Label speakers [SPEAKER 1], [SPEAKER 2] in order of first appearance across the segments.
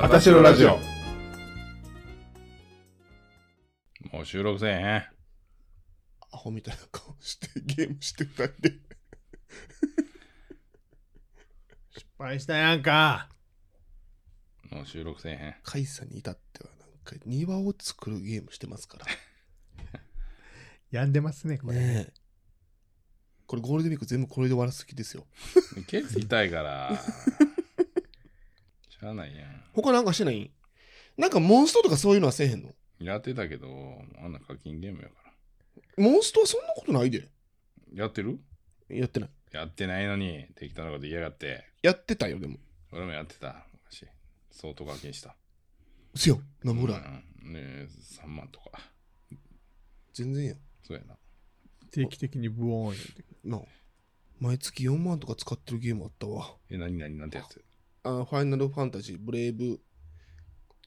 [SPEAKER 1] あたしろラジオ。
[SPEAKER 2] もう収録せえへん。
[SPEAKER 1] アホみたいな顔してゲームしてたんで。
[SPEAKER 3] 失敗したやんか。
[SPEAKER 2] もう収録せえへん。
[SPEAKER 1] カイさんに至っては、なんか庭を作るゲームしてますから。
[SPEAKER 3] 病んでますね、これ。
[SPEAKER 1] ねえ。これゴールデンウィーク全部これで終わらす気ですよ。
[SPEAKER 2] ケツ痛い から。しゃあないや
[SPEAKER 1] 他なんかしてないなんかモンストとかそういうのはせえへんの
[SPEAKER 2] ん。やってたけど、あんな課金ゲームやから。
[SPEAKER 1] モンストはそんなことないで。
[SPEAKER 2] やってる
[SPEAKER 1] やってない。
[SPEAKER 2] やってないのに、適当なこと言いやがって。
[SPEAKER 1] やってたよ、でも。
[SPEAKER 2] 俺もやってた。昔。相当課金した。
[SPEAKER 1] せよ。何ぐらい、
[SPEAKER 2] うん、ねえ3万とか。
[SPEAKER 1] 全然やん。
[SPEAKER 2] そうやな。
[SPEAKER 3] 定期的にブオーン言うてくる
[SPEAKER 1] なあ毎月4万とか使ってるゲームあったわ。
[SPEAKER 2] え、なになになんてやつ。
[SPEAKER 1] あファイナルファンタジー、ブレイブ、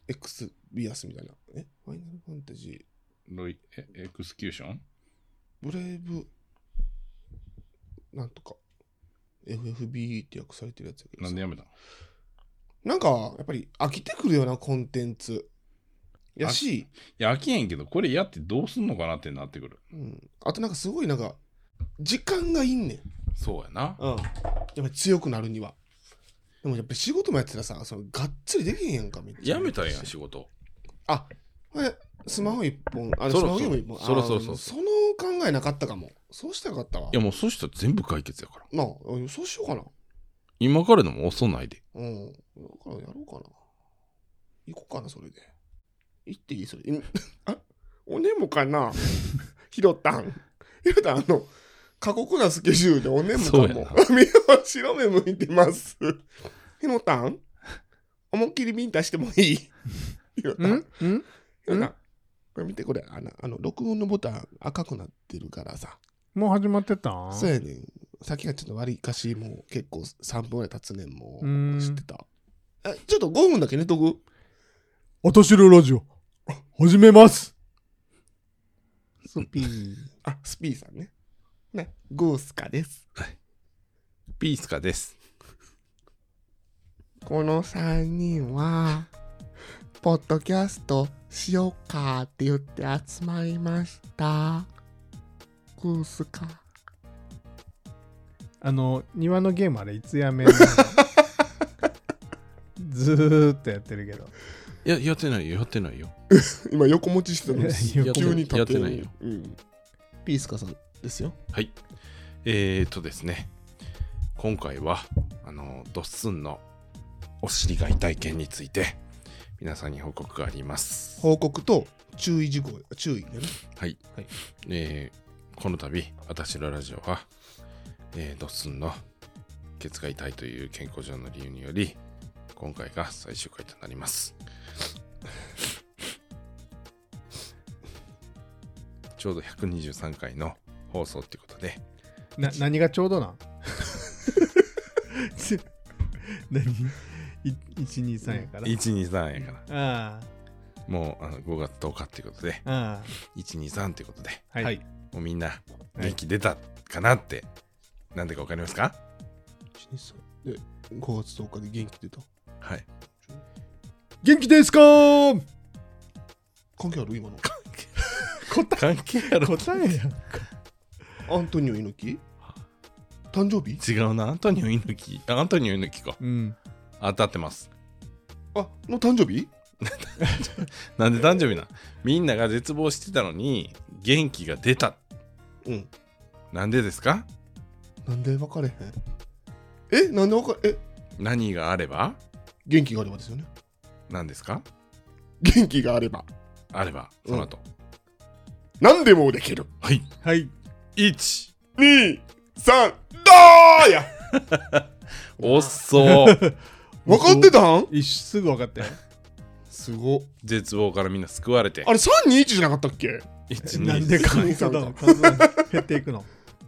[SPEAKER 1] エクスビアスみたいな。えファイナルファンタジー、
[SPEAKER 2] ロイ、え、エクスキューション
[SPEAKER 1] ブレイブ、なんとか、FFB って訳されてるやつやけど
[SPEAKER 2] な
[SPEAKER 1] さ
[SPEAKER 2] んでやめたの
[SPEAKER 1] なんか、やっぱり飽きてくるようなコンテンツ。やし、
[SPEAKER 2] いや、飽きへんけど、これやってどうすんのかなってなってくる。
[SPEAKER 1] うん、あとなんかすごいなんか、時間がいんねん。
[SPEAKER 2] そうやな。
[SPEAKER 1] うん。やっぱり強くなるには。でもやっぱり仕事もやってたらさ、そのがっつりできへんやんか、めっちゃ。
[SPEAKER 2] やめたんやん、仕事。
[SPEAKER 1] あえスマホ一本、あれ、
[SPEAKER 2] そ
[SPEAKER 1] ス
[SPEAKER 2] ろ
[SPEAKER 1] マホ
[SPEAKER 2] そろ
[SPEAKER 1] ゲーム一本。
[SPEAKER 2] そろそろそろ
[SPEAKER 1] あその考えなかったかも。そうしたらよかったわ
[SPEAKER 2] いや、。もうそしたら全部解決やから。
[SPEAKER 1] なあ、うんそうしようかな。
[SPEAKER 2] 今からでも遅ないで。
[SPEAKER 1] うん。だからやろうかな。行こうかな、それで。行っていいそれ。ん あおねも かなひろたん。ひろたん、あの、過酷なスケジュールでおねもか
[SPEAKER 2] そうや
[SPEAKER 1] も
[SPEAKER 2] な。
[SPEAKER 1] 目は白目向いてます。ひろたん、思いっきりビンタしてもいいひろたん。
[SPEAKER 3] んん
[SPEAKER 1] ひろたん。これ見て、これ、あの、あの録音のボタン赤くなってるからさ。
[SPEAKER 3] もう始まってたん
[SPEAKER 1] そうやねん。先がちょっと割りかし、もう結構3分ぐらい経つねん、も
[SPEAKER 3] うー
[SPEAKER 1] う。
[SPEAKER 3] ん
[SPEAKER 1] 知ってた。あちょっと5分だけ寝とく。
[SPEAKER 3] おとしろラジオ、始めます。
[SPEAKER 1] スピー。あ、スピーさんね。ね、ゴースカです。
[SPEAKER 2] ピースカです。
[SPEAKER 1] この3人は、ポッドキャストしようかって言って集まりました。ゴースカ。
[SPEAKER 3] あの、庭のゲームあれ、いつやめ んのずーっとやってるけど。
[SPEAKER 2] いや、やってないよ、やってないよ。
[SPEAKER 1] 今横持ちしてたのに
[SPEAKER 3] いや横
[SPEAKER 1] 急に立
[SPEAKER 2] や
[SPEAKER 1] っ
[SPEAKER 2] っててないよ。
[SPEAKER 1] うん。ピースカさんですよ。
[SPEAKER 2] はい。えー、っとですね、今回は、あの、ドッスンのお尻が痛い件について、皆さんに報告があります。
[SPEAKER 1] 報告と注意事項、注意ね。
[SPEAKER 2] はい。
[SPEAKER 1] はい
[SPEAKER 2] えーこの度、私のラジオは、えードッスンのケツが痛いという健康上の理由により、今回が最終回となります。 ちょうど123回の放送ってことで、
[SPEAKER 3] な、何がちょうどなんち 何 ?123 やから。
[SPEAKER 2] 123やから、
[SPEAKER 3] あ
[SPEAKER 2] もうあの5月10日ってことで、
[SPEAKER 3] あ、あ
[SPEAKER 2] 123ってことで、
[SPEAKER 3] あ、はい。
[SPEAKER 2] もうみんな元気出たかなって、なんでかわかりますか
[SPEAKER 1] で、5月10日で元気出た。
[SPEAKER 2] はい。
[SPEAKER 3] 元気ですかー
[SPEAKER 1] 関係ある今の。
[SPEAKER 2] 関係ある
[SPEAKER 3] 答えやん。
[SPEAKER 1] アントニオ猪木誕生日
[SPEAKER 2] 違うな、アントニオ猪木。あアントニオ猪木か。
[SPEAKER 3] うん。
[SPEAKER 2] 当たってます。
[SPEAKER 1] あの誕生日
[SPEAKER 2] なんで誕生日なんみんなが絶望してたのに、元気が出た。
[SPEAKER 1] うん。
[SPEAKER 2] なんでですか
[SPEAKER 1] なんで分かれへんえなんで分かれえ
[SPEAKER 2] 何があれば
[SPEAKER 1] 元気があればですよね。
[SPEAKER 2] 何ですか
[SPEAKER 1] 元気があれば
[SPEAKER 2] あれば、その後。
[SPEAKER 1] 何でもできる。
[SPEAKER 2] はい。
[SPEAKER 3] はい。
[SPEAKER 2] 1。
[SPEAKER 1] 2、3、どーや
[SPEAKER 2] おっそう。
[SPEAKER 1] 分かってたん
[SPEAKER 3] 一瞬すぐ分かったよ。
[SPEAKER 1] すご。
[SPEAKER 2] 絶望からみんな救われて
[SPEAKER 1] あ。れ3、2、1じゃなかったっけ
[SPEAKER 2] 1、
[SPEAKER 3] なん
[SPEAKER 2] 2
[SPEAKER 3] でカウントダウン数え減っていくの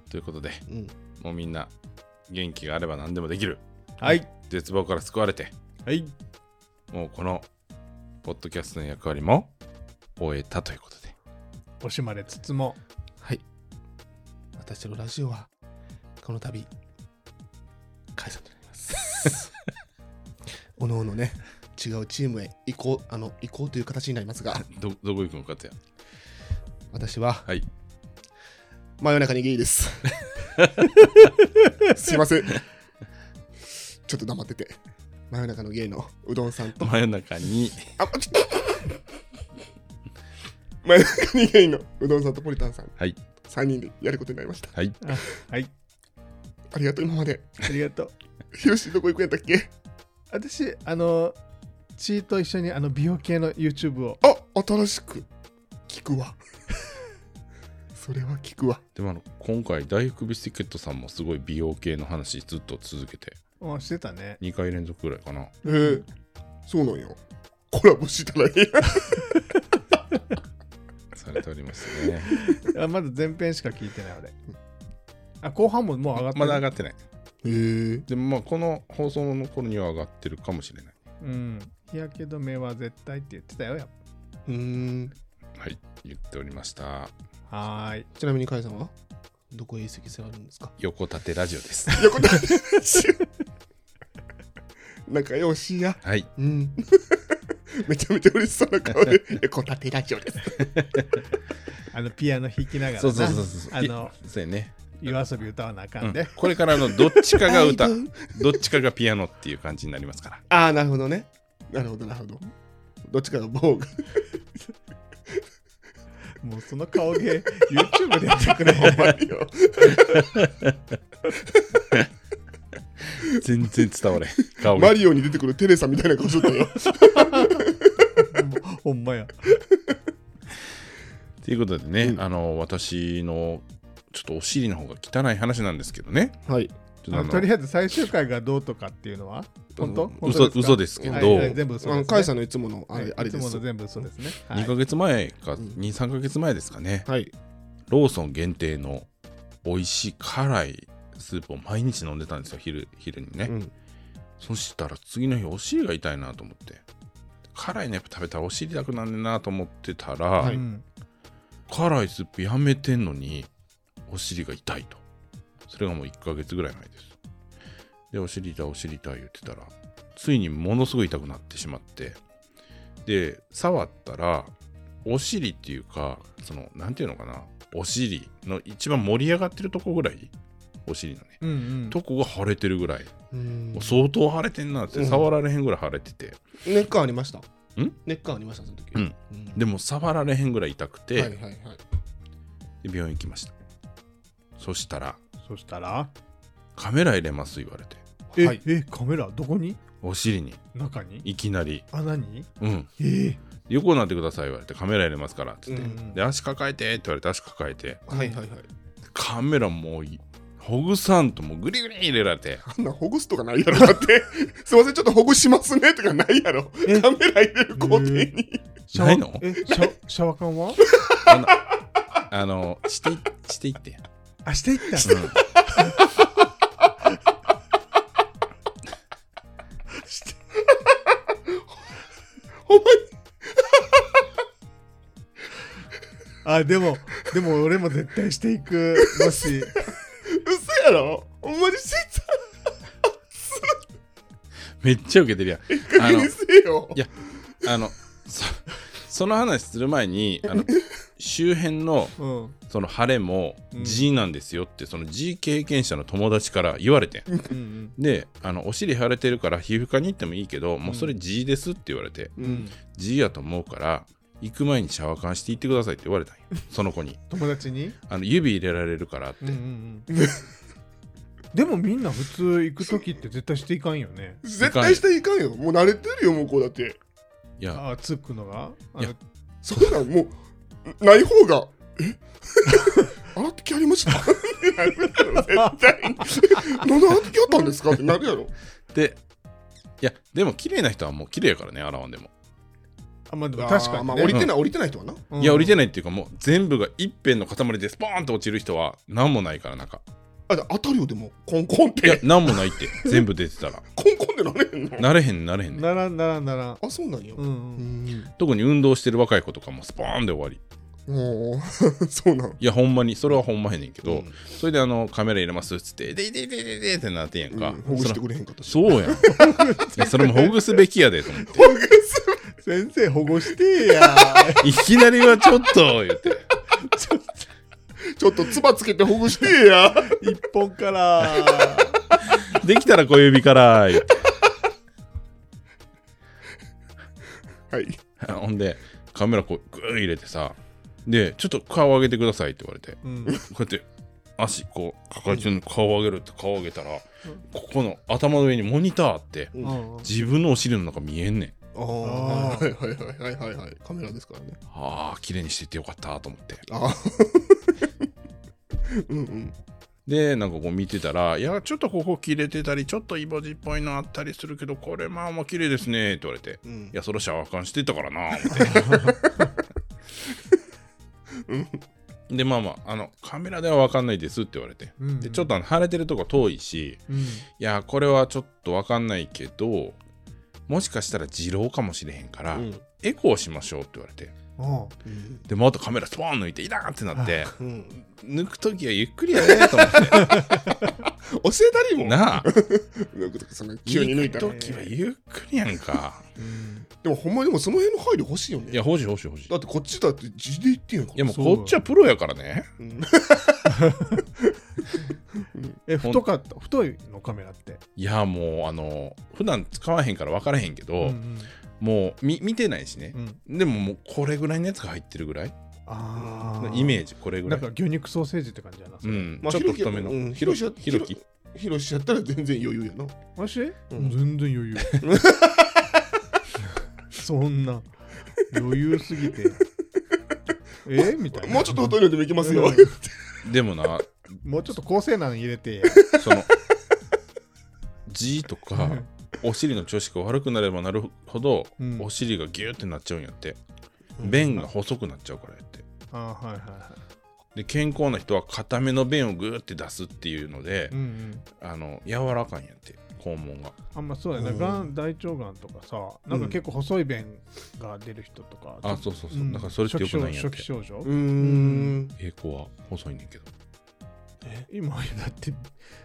[SPEAKER 2] ということで、
[SPEAKER 1] うん。
[SPEAKER 2] もうみんな、元気があれば何でもできる。
[SPEAKER 3] はい
[SPEAKER 2] 絶望から救われて、
[SPEAKER 3] はい
[SPEAKER 2] もうこの、ポッドキャストの役割も終えたということで。
[SPEAKER 3] 惜しまれつつも
[SPEAKER 1] はい。私のラジオは、この度、解散となります。おのおのね、違うチームへ移行あの移行という形になりますが
[SPEAKER 2] どどこ行くのかってや
[SPEAKER 1] 私は
[SPEAKER 2] はい
[SPEAKER 1] 真夜中にゲイですすいませんちょっと黙ってて真夜中のゲイのうどんさんと
[SPEAKER 2] 真夜中に
[SPEAKER 1] あちょっと真夜中にゲイのうどんさんとポリタンさん
[SPEAKER 2] はい
[SPEAKER 1] 3人でやることになりました
[SPEAKER 2] はい
[SPEAKER 3] あはい
[SPEAKER 1] ありがとう今まで
[SPEAKER 3] ありがとう
[SPEAKER 1] ヒロシどこ行くんやったっけ
[SPEAKER 3] 私あのチーと一緒にあの美容系の YouTube を
[SPEAKER 1] あ新しく聞くわ それは聞くわ
[SPEAKER 2] でもあの今回大福ビスケットさんもすごい美容系の話ずっと続けて
[SPEAKER 3] うんしてたね
[SPEAKER 2] 2回連続ぐらいかな
[SPEAKER 1] えー、そうなんよコラボしたら ええやん
[SPEAKER 2] されておりますね
[SPEAKER 3] あまだ前編しか聞いてない俺あ後半ももう上がってる
[SPEAKER 2] まだ上がってない
[SPEAKER 1] へえー、
[SPEAKER 2] でもまあこの放送の頃には上がってるかもしれない
[SPEAKER 3] うん日焼け止めは絶対って言ってたよやっ
[SPEAKER 1] うーん
[SPEAKER 2] はい言っておりました
[SPEAKER 3] ぱはーい
[SPEAKER 1] ちなみにカイさんはどこへ移籍されるんですか
[SPEAKER 2] 横立てラジオです
[SPEAKER 1] 横田 仲良しや
[SPEAKER 2] はい
[SPEAKER 1] うん めちゃめちゃ嬉しそうな 顔で「こたてラジオです
[SPEAKER 3] あのピアノ弾きながらな
[SPEAKER 2] そうそうそうそう
[SPEAKER 3] あの
[SPEAKER 2] いそうやね、
[SPEAKER 3] 夜遊び歌わなあかん
[SPEAKER 2] うん
[SPEAKER 3] で、
[SPEAKER 2] これからのどっちかが歌
[SPEAKER 1] ライブ
[SPEAKER 2] どっちかがピアノっていう感じになりますから」
[SPEAKER 1] ああなるほどねなるほどなるほどどっちかが棒が
[SPEAKER 3] もうその顔芸 YouTube でやってく れ
[SPEAKER 1] お前よ
[SPEAKER 2] 全然伝われん顔が
[SPEAKER 1] マリオに出てくるテレサみたいな顔しとったよ
[SPEAKER 3] ほんまや
[SPEAKER 2] ということでね、
[SPEAKER 1] うん
[SPEAKER 2] あの私のちょっとお尻の方が汚い話なんですけどね
[SPEAKER 1] はい
[SPEAKER 2] ちょっと
[SPEAKER 3] あ
[SPEAKER 2] あ
[SPEAKER 3] の
[SPEAKER 2] の
[SPEAKER 3] とりあえず最終回がどうとかっていうのは本当本
[SPEAKER 2] 嘘
[SPEAKER 3] 当
[SPEAKER 2] 嘘
[SPEAKER 3] で
[SPEAKER 2] ですけど、
[SPEAKER 1] は
[SPEAKER 3] はいい
[SPEAKER 1] は
[SPEAKER 3] はいい、全部嘘
[SPEAKER 1] あ
[SPEAKER 3] で
[SPEAKER 1] の
[SPEAKER 3] す、ね。
[SPEAKER 1] カイさんのいつものあれ,、あれで
[SPEAKER 3] いつ
[SPEAKER 1] す
[SPEAKER 3] もの全部嘘ですね。は
[SPEAKER 2] 2
[SPEAKER 3] い
[SPEAKER 2] ヶ月前か
[SPEAKER 1] ん
[SPEAKER 2] 23ヶ月前ですかね、
[SPEAKER 1] はい
[SPEAKER 2] ローソン限定の美味しい辛いスープを毎日飲んでたんですよ昼昼にね、
[SPEAKER 1] うん
[SPEAKER 2] そしたら次の日お尻が痛いなと思って辛いのやっぱ食べたらお尻痛くなんねんなと思ってたら、
[SPEAKER 1] はいううん
[SPEAKER 2] 辛いスープやめてんのにお尻が痛いとそれがもう1ヶ月ぐらい前ですでお尻痛いお尻痛い言ってたらついにものすごい痛くなってしまってで触ったらお尻っていうかそのなんていうのかなお尻の一番盛り上がってるとこぐらいお尻のね
[SPEAKER 3] うんうん、
[SPEAKER 2] とこが腫れてるぐらい
[SPEAKER 1] うん
[SPEAKER 2] もう相当腫れてんなって触られへんぐらい腫れてて、
[SPEAKER 1] ネッカーありました
[SPEAKER 2] ん
[SPEAKER 1] ネッカーありましたその時、
[SPEAKER 2] うん
[SPEAKER 1] で
[SPEAKER 2] でも触られへんぐらい痛くて、
[SPEAKER 1] はいはいはい
[SPEAKER 2] で病院行きましたそしたら
[SPEAKER 3] そしたら
[SPEAKER 2] カメラ入れます言われて
[SPEAKER 3] え、
[SPEAKER 1] はい
[SPEAKER 3] えカメラどこに
[SPEAKER 2] お尻に
[SPEAKER 3] 中に
[SPEAKER 2] いきなり
[SPEAKER 3] あ何
[SPEAKER 2] 「うん
[SPEAKER 3] えー、
[SPEAKER 2] 横になってください」言われて「カメラ入れますから」って言って、
[SPEAKER 3] うん
[SPEAKER 2] で足抱えて」って言われて足抱えて
[SPEAKER 1] はいはいはい
[SPEAKER 2] カメラもういほぐさんともうグリグリ入れられ て
[SPEAKER 1] あんなほぐすとかないやろだって すいませんちょっとほぐしますねとかないやろ
[SPEAKER 3] え
[SPEAKER 1] カメラ入れる工程に
[SPEAKER 3] シャ
[SPEAKER 2] な
[SPEAKER 3] ワ
[SPEAKER 2] いの
[SPEAKER 3] えシャシャワ缶は
[SPEAKER 2] あのあのしていしていってや、
[SPEAKER 3] あしていった
[SPEAKER 2] う
[SPEAKER 3] し
[SPEAKER 2] ん
[SPEAKER 3] て
[SPEAKER 1] ほんま
[SPEAKER 3] あでもでも俺も絶対していくも し
[SPEAKER 1] に嘘やろほんまにして
[SPEAKER 2] めっちゃ受けてるやん
[SPEAKER 1] た
[SPEAKER 2] あ
[SPEAKER 1] 気
[SPEAKER 2] の
[SPEAKER 1] にせよ
[SPEAKER 2] いやあのそその話する前にあの周辺の
[SPEAKER 3] うん
[SPEAKER 2] その晴れも
[SPEAKER 3] うん
[SPEAKER 2] G なんですよって、その G 経験者の友達から言われてん
[SPEAKER 3] うん
[SPEAKER 2] であのお尻腫れてるから皮膚科に行ってもいいけどもうそれ G ですって言われて、
[SPEAKER 1] う
[SPEAKER 3] うん、
[SPEAKER 1] ん
[SPEAKER 2] G やと思うから行く前にシャワー缶して行ってくださいって言われたん よその子に
[SPEAKER 3] 友達に、
[SPEAKER 2] あの指入れられるからって、
[SPEAKER 3] うんうんうん、でもみんな普通行く時って絶対していかんよね
[SPEAKER 1] 絶対していかんよもう慣れてるよ向こうだって
[SPEAKER 2] いや
[SPEAKER 3] あつくのがあの
[SPEAKER 2] いや
[SPEAKER 1] そんなんもうない方がえあなた気ありましたってなるやろ絶対になんであなた気あったんですかってなるやろ
[SPEAKER 2] でいやでも綺麗な人はもう綺麗やからね洗わんでも、
[SPEAKER 3] あまあでも確か
[SPEAKER 1] あー
[SPEAKER 3] に、
[SPEAKER 1] ま
[SPEAKER 3] ね
[SPEAKER 1] あ降りてない降りてない人はな
[SPEAKER 2] いうや
[SPEAKER 3] ん
[SPEAKER 2] 降りてないっていうかもう全部が一辺の塊でスポーンと落ちる人は何もないから中
[SPEAKER 1] あで当たるよでもコンコンっ
[SPEAKER 2] いや
[SPEAKER 1] て
[SPEAKER 2] 何もないって全部出て たら
[SPEAKER 1] コンコンでなれへんの
[SPEAKER 2] なれへんなれへんね
[SPEAKER 3] ならんならんならん
[SPEAKER 1] あそうなんよ
[SPEAKER 3] うんうん
[SPEAKER 1] うん
[SPEAKER 2] 特に運動してる若い子とかもスポーンで終わり
[SPEAKER 1] もう そうなん
[SPEAKER 2] いやほんまにそれはほんまやねんけど、
[SPEAKER 1] ん
[SPEAKER 2] それであのカメラ入れますっつって「でいでいでいでいで」ってなってんやんか、
[SPEAKER 1] うんほぐしてくれへんかったし
[SPEAKER 2] そらそうやん いやそれもほぐすべきやでと思って
[SPEAKER 3] 先生保護してや
[SPEAKER 2] いきなりはちょっと言って
[SPEAKER 1] ちょっとつばつけてほぐしてや
[SPEAKER 3] 一本から
[SPEAKER 2] できたら小指から言って
[SPEAKER 1] はい
[SPEAKER 2] ほんでカメラこうグー入れてさでちょっと顔上げてくださいって言われて
[SPEAKER 3] うん
[SPEAKER 2] こうやって足こう抱えてるの顔上げるって顔上げたら、ここの頭の上にモニターあって
[SPEAKER 1] うん
[SPEAKER 3] うん
[SPEAKER 2] 自分のお尻の中見えんねん
[SPEAKER 1] ああはいはいはいはいはいはいカメラですからね
[SPEAKER 2] あー綺麗にしててよかったと思って
[SPEAKER 1] あ あうんうん
[SPEAKER 2] でなんかこう見てたら「いやちょっとここ切れてたりちょっとイボジっぽいのあったりするけどこれまあまあ綺麗ですね」って言われて
[SPEAKER 1] う
[SPEAKER 2] 「
[SPEAKER 1] ん
[SPEAKER 2] いやそれシャワー感してたからな」って でまあまああの「カメラでは分かんないです」って言われて
[SPEAKER 3] うん
[SPEAKER 2] でちょっとあの腫れてるとこ遠いし
[SPEAKER 3] うん
[SPEAKER 2] いやこれはちょっと分かんないけどもしかしたら二郎かもしれへんから、
[SPEAKER 1] うん
[SPEAKER 2] エコーしましょうって言われて
[SPEAKER 3] あ
[SPEAKER 1] うん
[SPEAKER 2] でまたカメラスポーン抜いていらーってなって
[SPEAKER 1] うん
[SPEAKER 2] 抜く時はゆっくりやねと思って
[SPEAKER 1] 教えたりも
[SPEAKER 2] なあ
[SPEAKER 1] なんかその急に抜いたら
[SPEAKER 2] く時はゆっくりやん か
[SPEAKER 1] でもほんまにでもその辺の配慮欲しいよね
[SPEAKER 2] いや欲しい欲しい欲しい
[SPEAKER 1] だってこっちだって字で言ってんやか
[SPEAKER 2] いやもう
[SPEAKER 3] そう
[SPEAKER 2] こっちはプロやからね
[SPEAKER 1] らうん
[SPEAKER 3] え太かった太いのカメラって
[SPEAKER 2] いやもうあの普段使わへんから分からへんけど、
[SPEAKER 3] うん
[SPEAKER 2] もうみ見てないしね
[SPEAKER 3] う、ん
[SPEAKER 2] でももうこれぐらいのやつが入ってるぐらい
[SPEAKER 3] ああ
[SPEAKER 2] イメ
[SPEAKER 3] ジ
[SPEAKER 2] ージこれぐ
[SPEAKER 3] な
[SPEAKER 2] ら
[SPEAKER 3] ん
[SPEAKER 2] い
[SPEAKER 3] か牛肉ソーセージって感じやなそれ
[SPEAKER 2] うん、
[SPEAKER 1] まあ
[SPEAKER 2] ちょっと太めの、
[SPEAKER 1] ひ
[SPEAKER 2] ひ
[SPEAKER 1] ろ
[SPEAKER 2] ろ
[SPEAKER 1] きうん
[SPEAKER 2] ひろき
[SPEAKER 1] ヒロシやったら全然余裕やな
[SPEAKER 3] わし、
[SPEAKER 1] うん
[SPEAKER 3] 全然 余裕そんな余裕すぎ てえみたいな
[SPEAKER 1] もうちょっと太いのでもいきますよ
[SPEAKER 3] うん
[SPEAKER 2] でもな
[SPEAKER 3] もうちょっと高性能入れて
[SPEAKER 2] そ の G とかお尻の調子が悪くなればなるほど、
[SPEAKER 3] うん
[SPEAKER 2] お尻がギューってなっちゃうんやって
[SPEAKER 1] うん
[SPEAKER 2] 便が細くなっちゃうからやって
[SPEAKER 3] ああはいはいは
[SPEAKER 2] で健康な人は固めの便をグーって出すっていうので
[SPEAKER 3] い、うんうん
[SPEAKER 2] あの柔らかいんやって肛門が
[SPEAKER 3] あんまそうやな、
[SPEAKER 1] うん
[SPEAKER 3] がん大腸がんとかさなんか結構細い便が出る人とか、
[SPEAKER 2] あそうそうそう、
[SPEAKER 3] ん
[SPEAKER 2] だからそれってよくないんやっ
[SPEAKER 3] 初期
[SPEAKER 2] て
[SPEAKER 3] 症初期症状、
[SPEAKER 1] うーん
[SPEAKER 2] 栄光は細いねんけど
[SPEAKER 3] 今はだって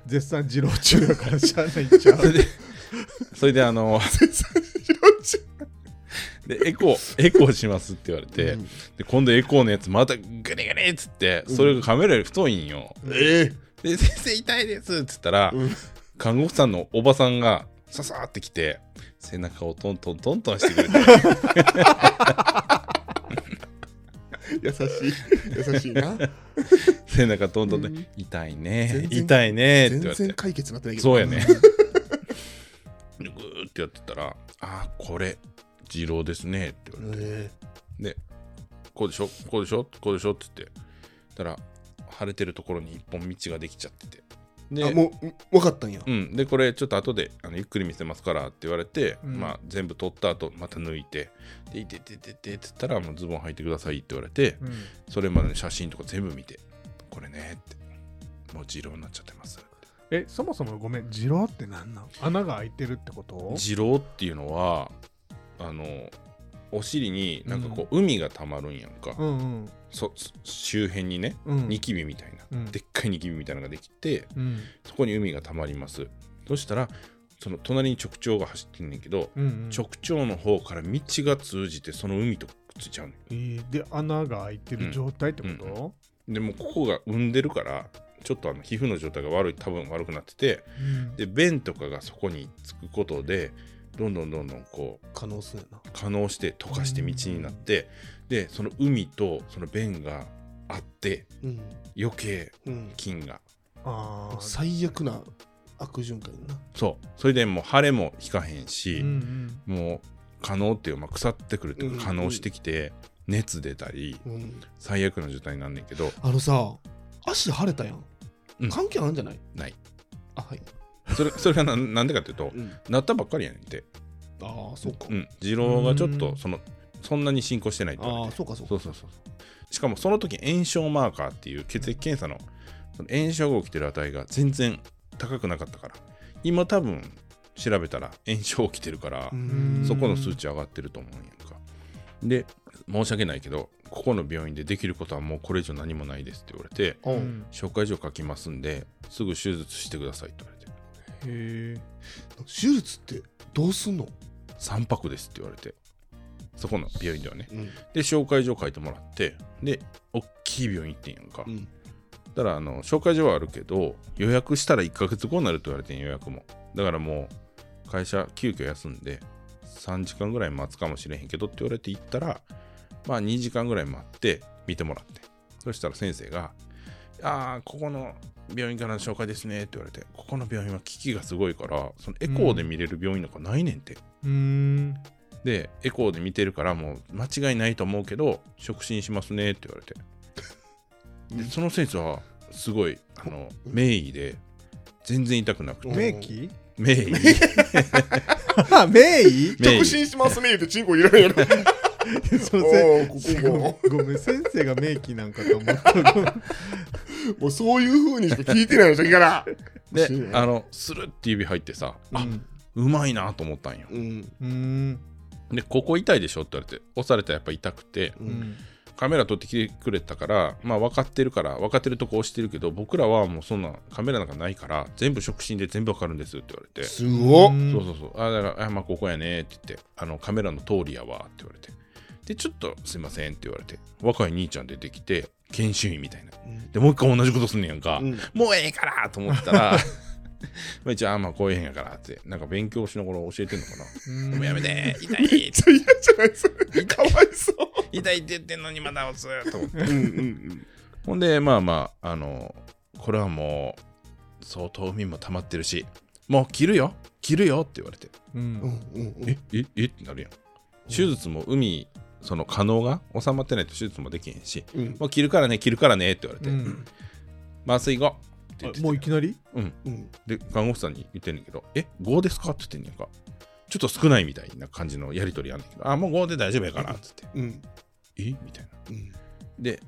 [SPEAKER 3] 絶賛治療中だからしゃあないんちゃ
[SPEAKER 2] それ
[SPEAKER 3] う
[SPEAKER 2] でそれであのでエコーエコーしますって言われて、
[SPEAKER 1] うん
[SPEAKER 2] で今度エコーのやつまたグリグリっつってそれがカメラより太いんよ、
[SPEAKER 1] ええ
[SPEAKER 2] で先生痛いですっつったら、
[SPEAKER 1] うん
[SPEAKER 2] 看護婦さんのおばさんがささーってきて背中をトントントントンしてくれて
[SPEAKER 1] 優しい優しいな
[SPEAKER 2] 背中トントント
[SPEAKER 3] うん
[SPEAKER 2] ン痛いね
[SPEAKER 1] 全然
[SPEAKER 2] 痛いねって
[SPEAKER 1] 全
[SPEAKER 2] 言われ
[SPEAKER 1] 然
[SPEAKER 2] て
[SPEAKER 1] 解決なってないけど
[SPEAKER 2] そうやねでグーってやってたら「あーこれ二郎ですね」って言われて
[SPEAKER 1] え
[SPEAKER 2] 「こうでしょこうでしょこうでしょ」っつってたら腫れてるところに一本道ができちゃってて
[SPEAKER 1] えあ
[SPEAKER 2] で
[SPEAKER 1] もう分かったんや
[SPEAKER 2] うん、でこれちょっと後であのゆっくり見せますからって言われて、
[SPEAKER 3] うん
[SPEAKER 2] まあ、全部取った後また抜いて「でいてててて」って言ったら「もうズボン履いてください」って言われて
[SPEAKER 3] うん
[SPEAKER 2] それまでの写真とか全部見て「これね」って「もう二郎になっちゃってます」
[SPEAKER 3] えそもそもごめん治療ってなんなん穴が開いてるってこと
[SPEAKER 2] 二郎っていうのはあのお尻になんかこう、海がたまるんやんか、
[SPEAKER 3] うんうん
[SPEAKER 2] そそ周辺にね
[SPEAKER 3] うん
[SPEAKER 2] ニキビみたいな、
[SPEAKER 3] うん
[SPEAKER 2] でっかいニキビみたいなのができて
[SPEAKER 3] うん
[SPEAKER 2] そこに海がたまりますそしたらその隣に直腸が走ってんねんけど、
[SPEAKER 3] うんうん
[SPEAKER 2] 直腸の方から道が通じてその海とくっついちゃうね
[SPEAKER 3] えーで穴が開いてる状態ってこと、
[SPEAKER 2] うんんでもうここが産んでるからちょっとあの皮膚の状態が悪い多分悪くなってて
[SPEAKER 3] うん
[SPEAKER 2] で便とかがそこにつくことでどんどんどんどんこう
[SPEAKER 1] 可能性やな
[SPEAKER 2] 可能して溶かして道になってでその海とその便があって
[SPEAKER 1] うん
[SPEAKER 2] 余計
[SPEAKER 1] うん
[SPEAKER 2] 菌が
[SPEAKER 3] あー
[SPEAKER 1] 最悪な悪循環やな
[SPEAKER 2] そうそれでもう腫れも引かへん
[SPEAKER 3] うん
[SPEAKER 2] し
[SPEAKER 3] う、ん
[SPEAKER 2] もう可能っていう、まあ、腐ってくるっていうか可
[SPEAKER 1] うん
[SPEAKER 2] 能してきて熱出たり
[SPEAKER 1] うん
[SPEAKER 2] 最悪な状態になんねんけど
[SPEAKER 1] あのさ足腫れたやん、
[SPEAKER 2] うん
[SPEAKER 1] 関係あるんじゃない
[SPEAKER 2] ない
[SPEAKER 1] あはい、
[SPEAKER 2] それ それがななんでかっていうと
[SPEAKER 1] うん、あ
[SPEAKER 2] なったばっかりやねんて。
[SPEAKER 1] あそうか、
[SPEAKER 2] うん。二郎がちょっ
[SPEAKER 3] うん
[SPEAKER 2] と、その、そんなに進行してないって言わ
[SPEAKER 1] あ
[SPEAKER 2] れ
[SPEAKER 1] あ
[SPEAKER 2] て。
[SPEAKER 1] そうかそう
[SPEAKER 2] そ
[SPEAKER 1] か
[SPEAKER 2] うそうそうそう。しかもその時炎症マーカーっていう血液検査のその炎症が起きてる値が全然高くなかったから今多分調べたら炎症起きてるから
[SPEAKER 1] ーん
[SPEAKER 2] そこの数値上がってると思うんやんかで申し訳ないけどここの病院でできることはもうこれ以上何もないですって言われて
[SPEAKER 1] う。
[SPEAKER 3] うんん
[SPEAKER 2] 紹介状書きますんですぐ手術してくださいって言われて
[SPEAKER 3] へえ
[SPEAKER 1] 手術ってどうすんの
[SPEAKER 2] 3泊ですって言われてそこの病院ではね
[SPEAKER 1] うん。
[SPEAKER 2] で紹介状書いてもらってで大きい病院行ってんやんか、
[SPEAKER 1] うん。
[SPEAKER 2] だからあの紹介状はあるけど予約したら1ヶ月後になると言われてん予約もだからもう会社急遽休んで3時間ぐらい待つかもしれへんけどって言われて行ったらまあ2時間ぐらい待って見てもらってそしたら先生が「ああここの病院からの紹介ですね」って言われて「ここの病院は機器がすごいからそのエコーで見れる病院なんかないねんて」
[SPEAKER 3] うーん
[SPEAKER 2] でエコーで見てるからもう間違いないと思うけど触診しますねって言われてでその先生はすごいあの名医で全然痛くなくて
[SPEAKER 1] ん
[SPEAKER 3] 名器
[SPEAKER 2] 名医
[SPEAKER 3] あ名医
[SPEAKER 2] 名
[SPEAKER 1] 直
[SPEAKER 2] 医
[SPEAKER 1] 進しますねってチンコ入れるやろ。
[SPEAKER 3] すいません
[SPEAKER 1] お
[SPEAKER 3] ご
[SPEAKER 1] ー
[SPEAKER 3] め
[SPEAKER 1] こ
[SPEAKER 3] ん
[SPEAKER 1] こ
[SPEAKER 3] ごめん先生が名器なんかと思ったごめん
[SPEAKER 1] ももうそういう風にしか聞いてないでしょ、から。
[SPEAKER 2] で
[SPEAKER 1] 欲しいな
[SPEAKER 2] あのスルッて指入ってさあ
[SPEAKER 3] うん
[SPEAKER 2] うまいなと思ったんよ
[SPEAKER 1] うん。
[SPEAKER 3] うーん
[SPEAKER 2] でここ痛いでしょって言われて押されたらやっぱ痛くて
[SPEAKER 1] う。
[SPEAKER 3] うんん
[SPEAKER 2] カメラ撮ってきてくれたからまあ分かってるから分かってるとこ押してるけど僕らはもうそんなカメラなんかないから全部触診で全部分かるんですって言われて
[SPEAKER 1] すごっ
[SPEAKER 3] う。ん
[SPEAKER 2] そうそうそう。あ、だから、あまあ、ここやねって言って、あの、カメラの通りやわって言われて。で、ちょっとすいませんって言われて、若い兄ちゃん出てきて、研修医みたいな。で、もう一回同じことすんねやんか。
[SPEAKER 1] うん
[SPEAKER 2] もうええからと思ったら、 まあ一応、あ、まあ、こういうへんやからって、なんか勉強しながら教えてんのかな。
[SPEAKER 3] うん
[SPEAKER 2] もうやめて、痛い、
[SPEAKER 1] ちょ、嫌じゃないですか。かわいそう。
[SPEAKER 2] 痛いって言ってんのにまだ押すと思って。
[SPEAKER 1] うんうん
[SPEAKER 2] ほんで、まあまあ、あの、これはもう、相当海も溜まってるし、もう切るよ、切るよって言われて。
[SPEAKER 3] う
[SPEAKER 1] うん
[SPEAKER 3] ん。
[SPEAKER 1] うんうん
[SPEAKER 2] えええってなるやん手術も海その可能が収まってないと手術もできへんし
[SPEAKER 1] うん
[SPEAKER 2] もう切るからね切るからねって言われて、
[SPEAKER 3] うん
[SPEAKER 2] 麻酔後って言ってて
[SPEAKER 3] あもういきなり
[SPEAKER 1] うん。
[SPEAKER 2] で看護師さんに言ってんねんけどえ5ですかって言ってんねんかちょっと少ないみたいな感じのやり取りあんねんけどあもう5で大丈夫やからっつって
[SPEAKER 1] うん。
[SPEAKER 2] えみたいな
[SPEAKER 1] うん。
[SPEAKER 2] で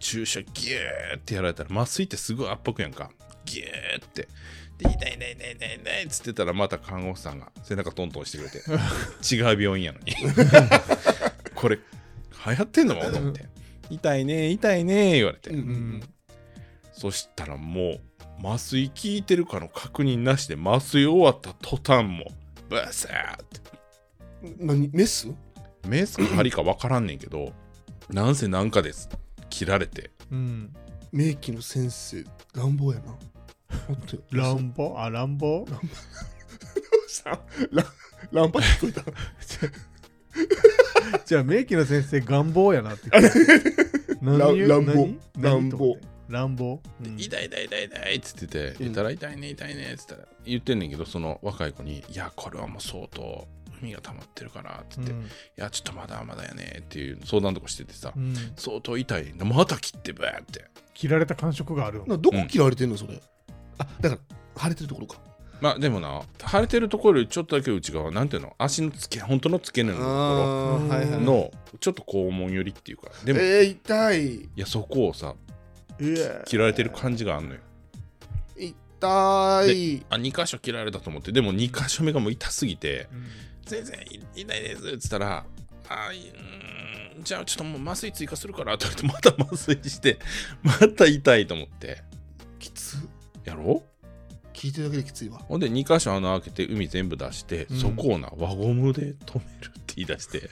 [SPEAKER 2] 注射ギューってやられたら麻酔ってすごい圧迫やんかギューってで痛い痛い痛い痛い痛いっつってたらまた看護師さんが背中トントンして くれて違う病院やのにこれ流行ってんのと思って痛いね痛いね言われて、
[SPEAKER 1] うん
[SPEAKER 3] うん
[SPEAKER 2] そしたらもう麻酔効いてるかの確認なしで麻酔終わった途端もブスーって
[SPEAKER 1] 何メス
[SPEAKER 2] メスか針か分からんねんけどなんせなんかです切られて
[SPEAKER 3] うん
[SPEAKER 1] 名器の先生、乱暴やな。ほんとに
[SPEAKER 3] 乱暴あ乱暴
[SPEAKER 1] さラランパ聞こえた
[SPEAKER 3] じゃあ名器の先生願望やな って言って何言う
[SPEAKER 1] ら乱暴
[SPEAKER 3] 何
[SPEAKER 1] 乱
[SPEAKER 3] 何
[SPEAKER 1] 暴
[SPEAKER 3] 乱暴うん
[SPEAKER 2] 痛い痛い痛い痛いっつってて、
[SPEAKER 1] うん
[SPEAKER 2] やたら痛いね痛いねっつったら言ってんねんけどその若い子に「いやこれはもう相当海が溜まってるから」っつって「
[SPEAKER 3] う
[SPEAKER 2] い
[SPEAKER 3] ん
[SPEAKER 2] やちょっとまだまだやね」っていう相談とかしててさ、
[SPEAKER 3] うん
[SPEAKER 2] 相当痛いまた切ってばーって
[SPEAKER 3] 切られた感触がある
[SPEAKER 1] などこ切られてんのそれ、あだから腫れてるところか
[SPEAKER 2] まあでもな腫れてるところよりちょっとだけ内側なんていうの足の付け本当の付け根のとこ
[SPEAKER 1] あーはいは
[SPEAKER 2] ろ
[SPEAKER 1] い
[SPEAKER 2] のちょっと肛門寄りっていうかでも、い
[SPEAKER 1] えー、痛い
[SPEAKER 2] やそこをさ
[SPEAKER 3] い
[SPEAKER 2] 切られてる感じがあんのよ
[SPEAKER 1] 痛い
[SPEAKER 2] あ2箇所切られたと思ってでも2箇所目がもう痛すぎて、全然いいないですっつったら、あいうーん、じゃあちょっともう麻酔追加するからって言われて、また麻酔して、 また痛いと思って、
[SPEAKER 1] きつ
[SPEAKER 2] やろ
[SPEAKER 1] 聞いてるだけできついわ
[SPEAKER 2] ほんで2箇所穴開けて海全部出して、
[SPEAKER 3] うん
[SPEAKER 2] そこをな輪ゴムで止めるって言い出して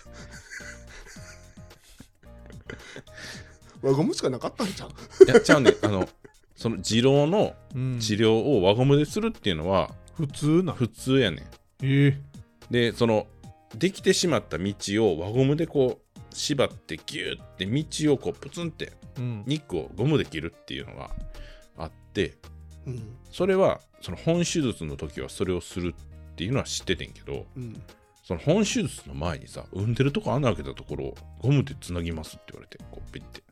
[SPEAKER 1] 輪ゴムしかなかったんじゃん
[SPEAKER 2] やっちゃうねあのその治療の治療を輪ゴムでするっていうのは
[SPEAKER 3] 普通な
[SPEAKER 2] 普通やねん
[SPEAKER 3] ええ
[SPEAKER 2] でそのできてしまった道を輪ゴムでこう縛ってギューって道をこうプツンって
[SPEAKER 3] うん
[SPEAKER 2] ニックをゴムで切るっていうのがあって
[SPEAKER 1] うん
[SPEAKER 2] それはその本手術の時はそれをするっていうのは知っててんけど
[SPEAKER 1] うん
[SPEAKER 2] その本手術の前にさ産んでるとこ穴開けたところをゴムでつなぎますって言われてこうピッて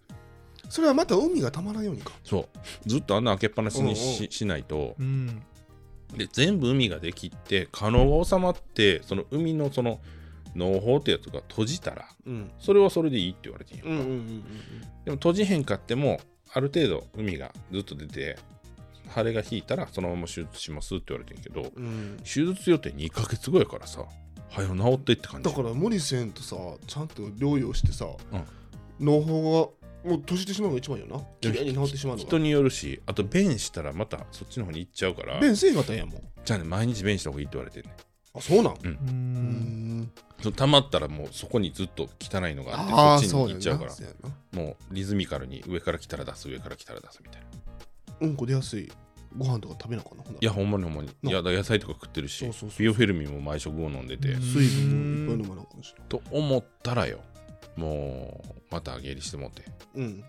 [SPEAKER 1] それはまた海がたまらんようにか
[SPEAKER 2] そうずっと穴開けっぱなしにし,、
[SPEAKER 1] うんう
[SPEAKER 2] しないと
[SPEAKER 3] うん
[SPEAKER 2] で全部海ができて可能が収まってその海のその農法ってやつが閉じたら
[SPEAKER 1] うん
[SPEAKER 2] それはそれでいいって言われてんやんか、
[SPEAKER 1] うんうん
[SPEAKER 2] でも閉じへんかってもある程度海がずっと出て腫れが引いたらそのまま手術しますって言われてんけど、
[SPEAKER 1] うんうん
[SPEAKER 2] 手術予定2ヶ月後やからさ、はよ治ってって感じ。
[SPEAKER 1] だから無理せんとさちゃんと療養してさ、脳胞がもう閉じてしまうのが一番よな綺麗に治ってしまうの
[SPEAKER 2] 人
[SPEAKER 1] が
[SPEAKER 2] によるしあと便したらまたそっちの方に行っちゃうから
[SPEAKER 1] 便せえ方やもん
[SPEAKER 2] じゃあね毎日便した方がいいって言われてんね
[SPEAKER 1] あそうなん
[SPEAKER 3] うー
[SPEAKER 1] うんん
[SPEAKER 2] その溜まったらもうそこにずっと汚いのがあ
[SPEAKER 1] あ
[SPEAKER 2] っ
[SPEAKER 1] あ
[SPEAKER 2] てそ
[SPEAKER 1] そ
[SPEAKER 2] っ
[SPEAKER 1] う
[SPEAKER 2] ちに
[SPEAKER 1] や
[SPEAKER 2] 行っ
[SPEAKER 1] な
[SPEAKER 2] ちゃうから
[SPEAKER 1] そうやな
[SPEAKER 2] もうリズミカルに上から来たら出す上から来たら出すみたいな
[SPEAKER 1] うんこ出やすいご飯とか食べなあかんなほんなら
[SPEAKER 2] いやほんまにほんまに
[SPEAKER 1] ない
[SPEAKER 2] やだから野菜とか食ってるし
[SPEAKER 1] そうそうそう
[SPEAKER 2] ビオフェルミンも毎食を飲んでて、
[SPEAKER 3] うん
[SPEAKER 1] 水分もいっぱい飲まなあかんしな
[SPEAKER 2] と思ったらよもうまた下痢してもって
[SPEAKER 1] うん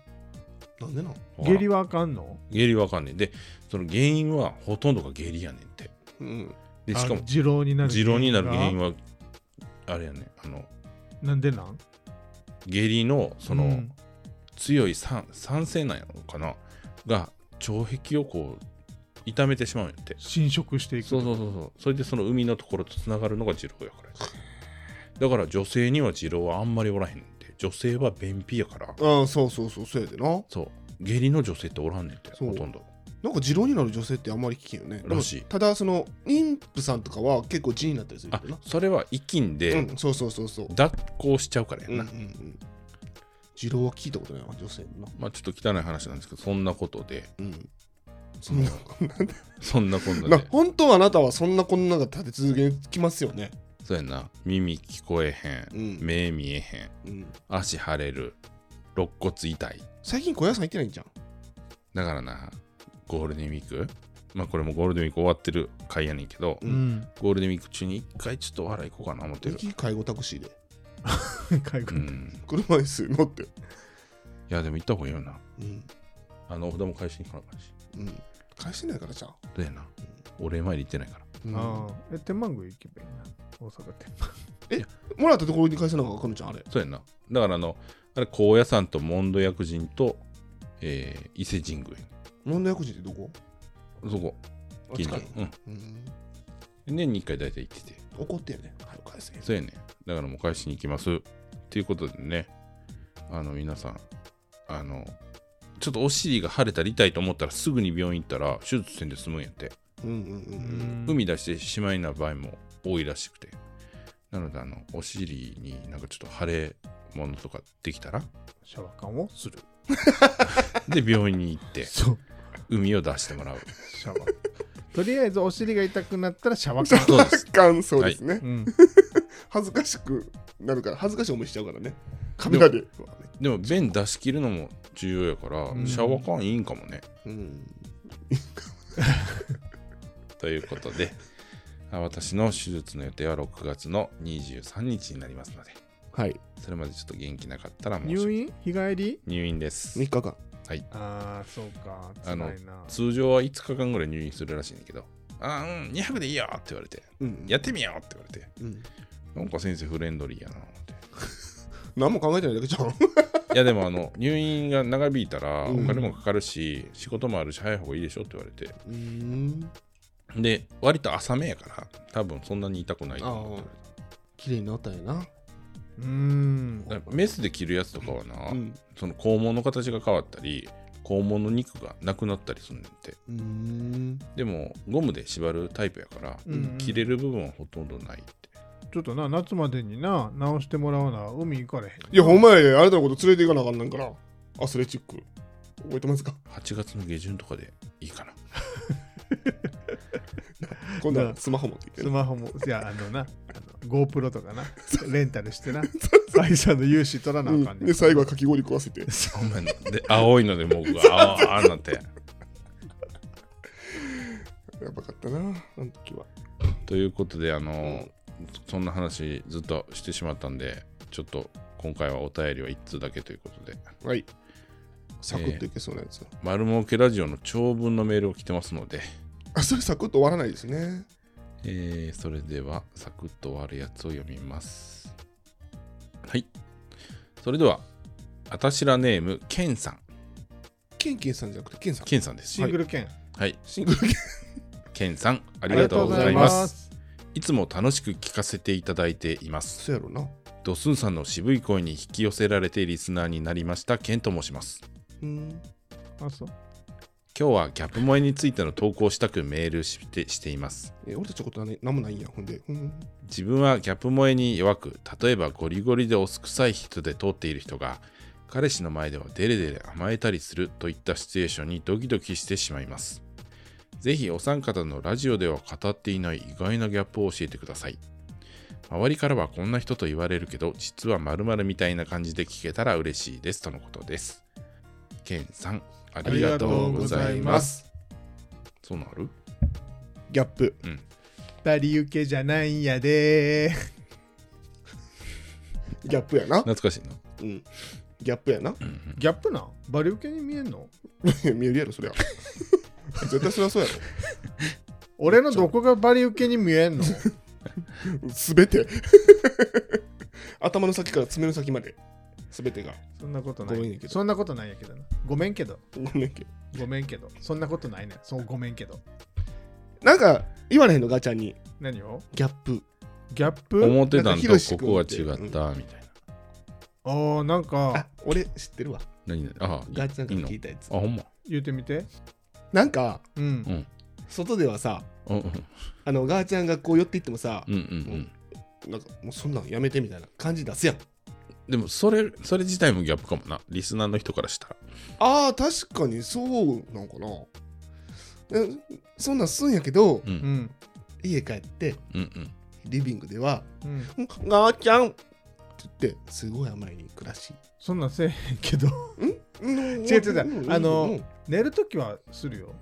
[SPEAKER 1] なんでなん
[SPEAKER 3] 下痢はあかんの
[SPEAKER 2] 下痢わかんねんでその原因はほとんどが下痢やねんって
[SPEAKER 1] うん
[SPEAKER 2] でしかも
[SPEAKER 3] あ痔瘻になる
[SPEAKER 2] 痔瘻になる原因
[SPEAKER 3] は
[SPEAKER 2] はあれやねあの
[SPEAKER 3] なんでなん
[SPEAKER 2] 下痢のその、
[SPEAKER 3] うん
[SPEAKER 2] 強い酸酸性なんやろうかなが腸壁をこう痛めてしまうんやって
[SPEAKER 3] 侵食していく
[SPEAKER 2] そうそうそうそうそれでその海のところとつながるのが痔瘻やからだから女性には痔瘻はあんまりおらへんねんて女性は便秘やから
[SPEAKER 1] ああそうそうそうそうやでな
[SPEAKER 2] そう下痢の女性っておらんねんて
[SPEAKER 1] そう
[SPEAKER 2] ほとんど
[SPEAKER 1] なんか痔瘻になる女性ってあんまり聞けんよね。
[SPEAKER 2] らしい
[SPEAKER 1] でもただ、その妊婦さんとかは結構痔になったりする
[SPEAKER 2] あ
[SPEAKER 1] けどな。
[SPEAKER 2] それは生きんで、
[SPEAKER 1] うん、そうそうそうそう。
[SPEAKER 2] 脱行しちゃうからや
[SPEAKER 1] うんう
[SPEAKER 2] な、
[SPEAKER 1] んうん。痔瘻は聞いたことないわ、女性のな。
[SPEAKER 2] まあちょっと汚い話なんですけどそんなことで
[SPEAKER 1] うん。そ
[SPEAKER 2] その
[SPEAKER 1] んな、
[SPEAKER 2] そんなこんな
[SPEAKER 1] な
[SPEAKER 2] で
[SPEAKER 1] 本当はあなたはそんなこんなが立て続けにきますよね。
[SPEAKER 2] そうやな耳聞こえへん
[SPEAKER 1] うん。
[SPEAKER 2] 目見えへん
[SPEAKER 1] うん
[SPEAKER 2] 足腫れる肋骨痛い
[SPEAKER 1] 最近小屋さん行ってないんじゃん。
[SPEAKER 2] だからなゴールデンウィークまあこれもゴールデンウィーク終わってる回やねんけど、
[SPEAKER 1] う
[SPEAKER 3] うん
[SPEAKER 2] ゴールデンウィーク中に一回ちょっとお笑い行こうかな思ってる、
[SPEAKER 1] 駅介護タクシーで。
[SPEAKER 3] 介
[SPEAKER 2] う
[SPEAKER 3] 護
[SPEAKER 2] ん、
[SPEAKER 1] 車椅子乗って。
[SPEAKER 2] いやでも行った方がいいよな
[SPEAKER 1] うん。
[SPEAKER 2] あのお札も返しに行かなあかんし
[SPEAKER 1] うん。返してないからじゃん。
[SPEAKER 2] だよな俺前に行ってないから
[SPEAKER 1] うん
[SPEAKER 3] ああえ天満宮行けばいいな大阪天満
[SPEAKER 1] もらったところに返せなあかんのじゃん、あれ。
[SPEAKER 2] そうやなだからあのあれ高野山とモンド薬人と、えー伊勢神宮
[SPEAKER 1] 問題薬人ってどこ
[SPEAKER 2] そこ近所
[SPEAKER 1] あ近い
[SPEAKER 2] うん
[SPEAKER 1] うん。
[SPEAKER 2] 年に一回大体行ってて
[SPEAKER 1] 怒ってよね。早く返せ。
[SPEAKER 2] そうやねだからもう返しに行きますということでねあの皆さんあのちょっとお尻が腫れたり痛いと思ったらすぐに病院行ったら手術せんで済むんやって、
[SPEAKER 1] うんうんうんうん。
[SPEAKER 2] 海出してしまいな場合も多いらしくてなのであのお尻になんかちょっと腫れ物とかできたら
[SPEAKER 3] シャワー缶をする
[SPEAKER 2] で病院に行って
[SPEAKER 3] そう
[SPEAKER 2] 海を出してもらう
[SPEAKER 3] シャワ ーとりあえずお尻が痛くなったらシャワー缶
[SPEAKER 2] そうです
[SPEAKER 1] 感想ですね、
[SPEAKER 3] うん
[SPEAKER 1] 恥ずかしくなるから恥ずかしい思いしちゃうからねカメラで
[SPEAKER 2] でも便出し切るのも重要やから、
[SPEAKER 3] うん
[SPEAKER 2] シャワー缶いいんかもね
[SPEAKER 1] うん
[SPEAKER 2] ということで、あ私の手術の予定は6月の23日になりますので、
[SPEAKER 1] はい
[SPEAKER 2] それまでちょっと元気なかったら申し訳
[SPEAKER 3] 入院日帰り
[SPEAKER 2] 入院です
[SPEAKER 1] 3。日間
[SPEAKER 3] ああそうか辛
[SPEAKER 2] あの
[SPEAKER 3] いな
[SPEAKER 2] 通常は5日間ぐらい入院するらしいんだけど、あーうん、2泊でいいよって言われて、
[SPEAKER 1] うん
[SPEAKER 2] やってみようって言われて、
[SPEAKER 1] うん、
[SPEAKER 2] なんか先生フレンドリーやなって。
[SPEAKER 1] 何も考えてないだけじゃん
[SPEAKER 2] いやでもあの、入院が長引いたらお
[SPEAKER 1] うん
[SPEAKER 2] 金もかかるし、仕事もあるし早い方がいいでしょって言われて、
[SPEAKER 1] うん
[SPEAKER 2] で、割と浅めやから、多分そんなに痛くないと思う
[SPEAKER 1] あ綺麗になったんやな
[SPEAKER 3] うーん
[SPEAKER 2] だからメスで着るやつとかはな、
[SPEAKER 1] うん
[SPEAKER 2] その肛門の形が変わったり肛門の肉がなくなったりするんねんて
[SPEAKER 1] うん
[SPEAKER 2] でもゴムで縛るタイプやから、
[SPEAKER 3] うん
[SPEAKER 2] 切れる部分はほとんどないって
[SPEAKER 3] ちょっとな夏までにな直してもらわな海行かれへん
[SPEAKER 1] いやほんまやであなたのこと連れていかなあかんなんからアスレチック覚えて ますか
[SPEAKER 2] 8月の下旬とかでいいかな
[SPEAKER 1] 今度は
[SPEAKER 3] な
[SPEAKER 1] スマホ持ってきて
[SPEAKER 3] ス
[SPEAKER 1] ね
[SPEAKER 3] マホもい やあのなあの GoPro とかなレンタルしてな会社の融資取らな
[SPEAKER 1] う
[SPEAKER 3] あかん
[SPEAKER 1] ん、
[SPEAKER 3] ね
[SPEAKER 1] で
[SPEAKER 3] ん
[SPEAKER 1] 最後はかき氷食わせて
[SPEAKER 2] お前ので青いので もうあああなって
[SPEAKER 1] やばかったなあの時は
[SPEAKER 2] ということであのー、そんな話ずっとしてしまったんでちょっと今回はお便りは1通だけということで
[SPEAKER 1] はいサクッといけそうなやつ、
[SPEAKER 2] 丸儲けラジオの長文のメールを来てますので
[SPEAKER 1] あそれサクッと終わらないですね
[SPEAKER 2] えーそれではサクッと終わるやつを読みますはいそれではあたしらネームケンさん
[SPEAKER 1] ケンケンさんじゃなくてケンさん
[SPEAKER 2] ケンさんです
[SPEAKER 3] シングル券、
[SPEAKER 2] はい
[SPEAKER 1] シングル
[SPEAKER 2] ケンさんあ
[SPEAKER 3] あ
[SPEAKER 2] りがとうございますい
[SPEAKER 3] す
[SPEAKER 2] つも楽しく聞かせていただいています
[SPEAKER 1] そうやろな。
[SPEAKER 2] ドスンさんの渋い声に引き寄せられてリスナーになりましたケンと申します
[SPEAKER 1] うん。
[SPEAKER 3] あそう
[SPEAKER 2] 今日はギャップ萌えについての投稿したくメールしてしています
[SPEAKER 1] え、俺たちのことはね、なんもないんや。ほんで。うん。
[SPEAKER 2] 自分はギャップ萌えに弱く例えばゴリゴリでお酢臭い人で通っている人が彼氏の前ではデレデレ甘えたりするといったシチュエーションにドキドキしてしまいます。ぜひお三方のラジオでは語っていない意外なギャップを教えてください。周りからはこんな人と言われるけど、実は〇〇みたいな感じで聞けたら嬉しいですとのことです。ケンさん、ありがとうございます。そうなる
[SPEAKER 1] ギャップ。
[SPEAKER 3] 二人受けじゃないんやでー
[SPEAKER 1] ギャップやな。
[SPEAKER 2] 懐かしいな。
[SPEAKER 1] うん。ギャップやな。
[SPEAKER 3] ギャップなバリ受けに見えんの
[SPEAKER 1] 見えるやろ、そりゃ。 絶対そりゃそうや
[SPEAKER 3] 俺のどこがバリ受けに見えん の
[SPEAKER 1] ろ。すべて。 頭の先から爪の先まで。すべてが。
[SPEAKER 3] そんなことない
[SPEAKER 1] ごめんやけど
[SPEAKER 3] そんなことないやけどなごめんけど
[SPEAKER 1] ごめんけど。
[SPEAKER 3] ごめんけどそんなことないねそうごめんけど
[SPEAKER 1] なんか、言われへんの、ガチャに。
[SPEAKER 3] 何を
[SPEAKER 1] ギャップ。
[SPEAKER 3] ギャップ
[SPEAKER 2] 思ってたんと
[SPEAKER 1] なんかヒロシ
[SPEAKER 2] こ
[SPEAKER 1] 君
[SPEAKER 2] こは
[SPEAKER 1] って
[SPEAKER 2] 違ったみたいな。
[SPEAKER 3] あーなんか
[SPEAKER 1] あ、俺知ってるわ。
[SPEAKER 2] 何々あ
[SPEAKER 1] ガチャ
[SPEAKER 2] いい
[SPEAKER 1] に
[SPEAKER 2] の
[SPEAKER 1] 聞いたやつ
[SPEAKER 2] あ、。ほんま。
[SPEAKER 3] 言うてみて
[SPEAKER 1] なんか、
[SPEAKER 3] うん、
[SPEAKER 2] うん
[SPEAKER 1] 外ではさ、
[SPEAKER 2] うんうん
[SPEAKER 1] あの、ガーちゃんがこう寄っていってもさ、
[SPEAKER 2] うんうん
[SPEAKER 1] なんか、もうそんなんやめてみたいな感じ出すやん。
[SPEAKER 2] うん。でもそれ、それ自体もギャップかもな。リスナーの人からしたら。
[SPEAKER 1] ああ、確かにそうなんかな。えそんなんすんやけど、
[SPEAKER 2] うん
[SPEAKER 3] う。ん
[SPEAKER 1] 家帰って、
[SPEAKER 2] うんうん。
[SPEAKER 1] リビングでは、
[SPEAKER 3] うん、
[SPEAKER 1] んガーちゃんって言って、すごい甘えに行くらしい。
[SPEAKER 3] そんなんせえへんけど
[SPEAKER 1] 違う
[SPEAKER 3] 違う違うあの 寝るときはするよ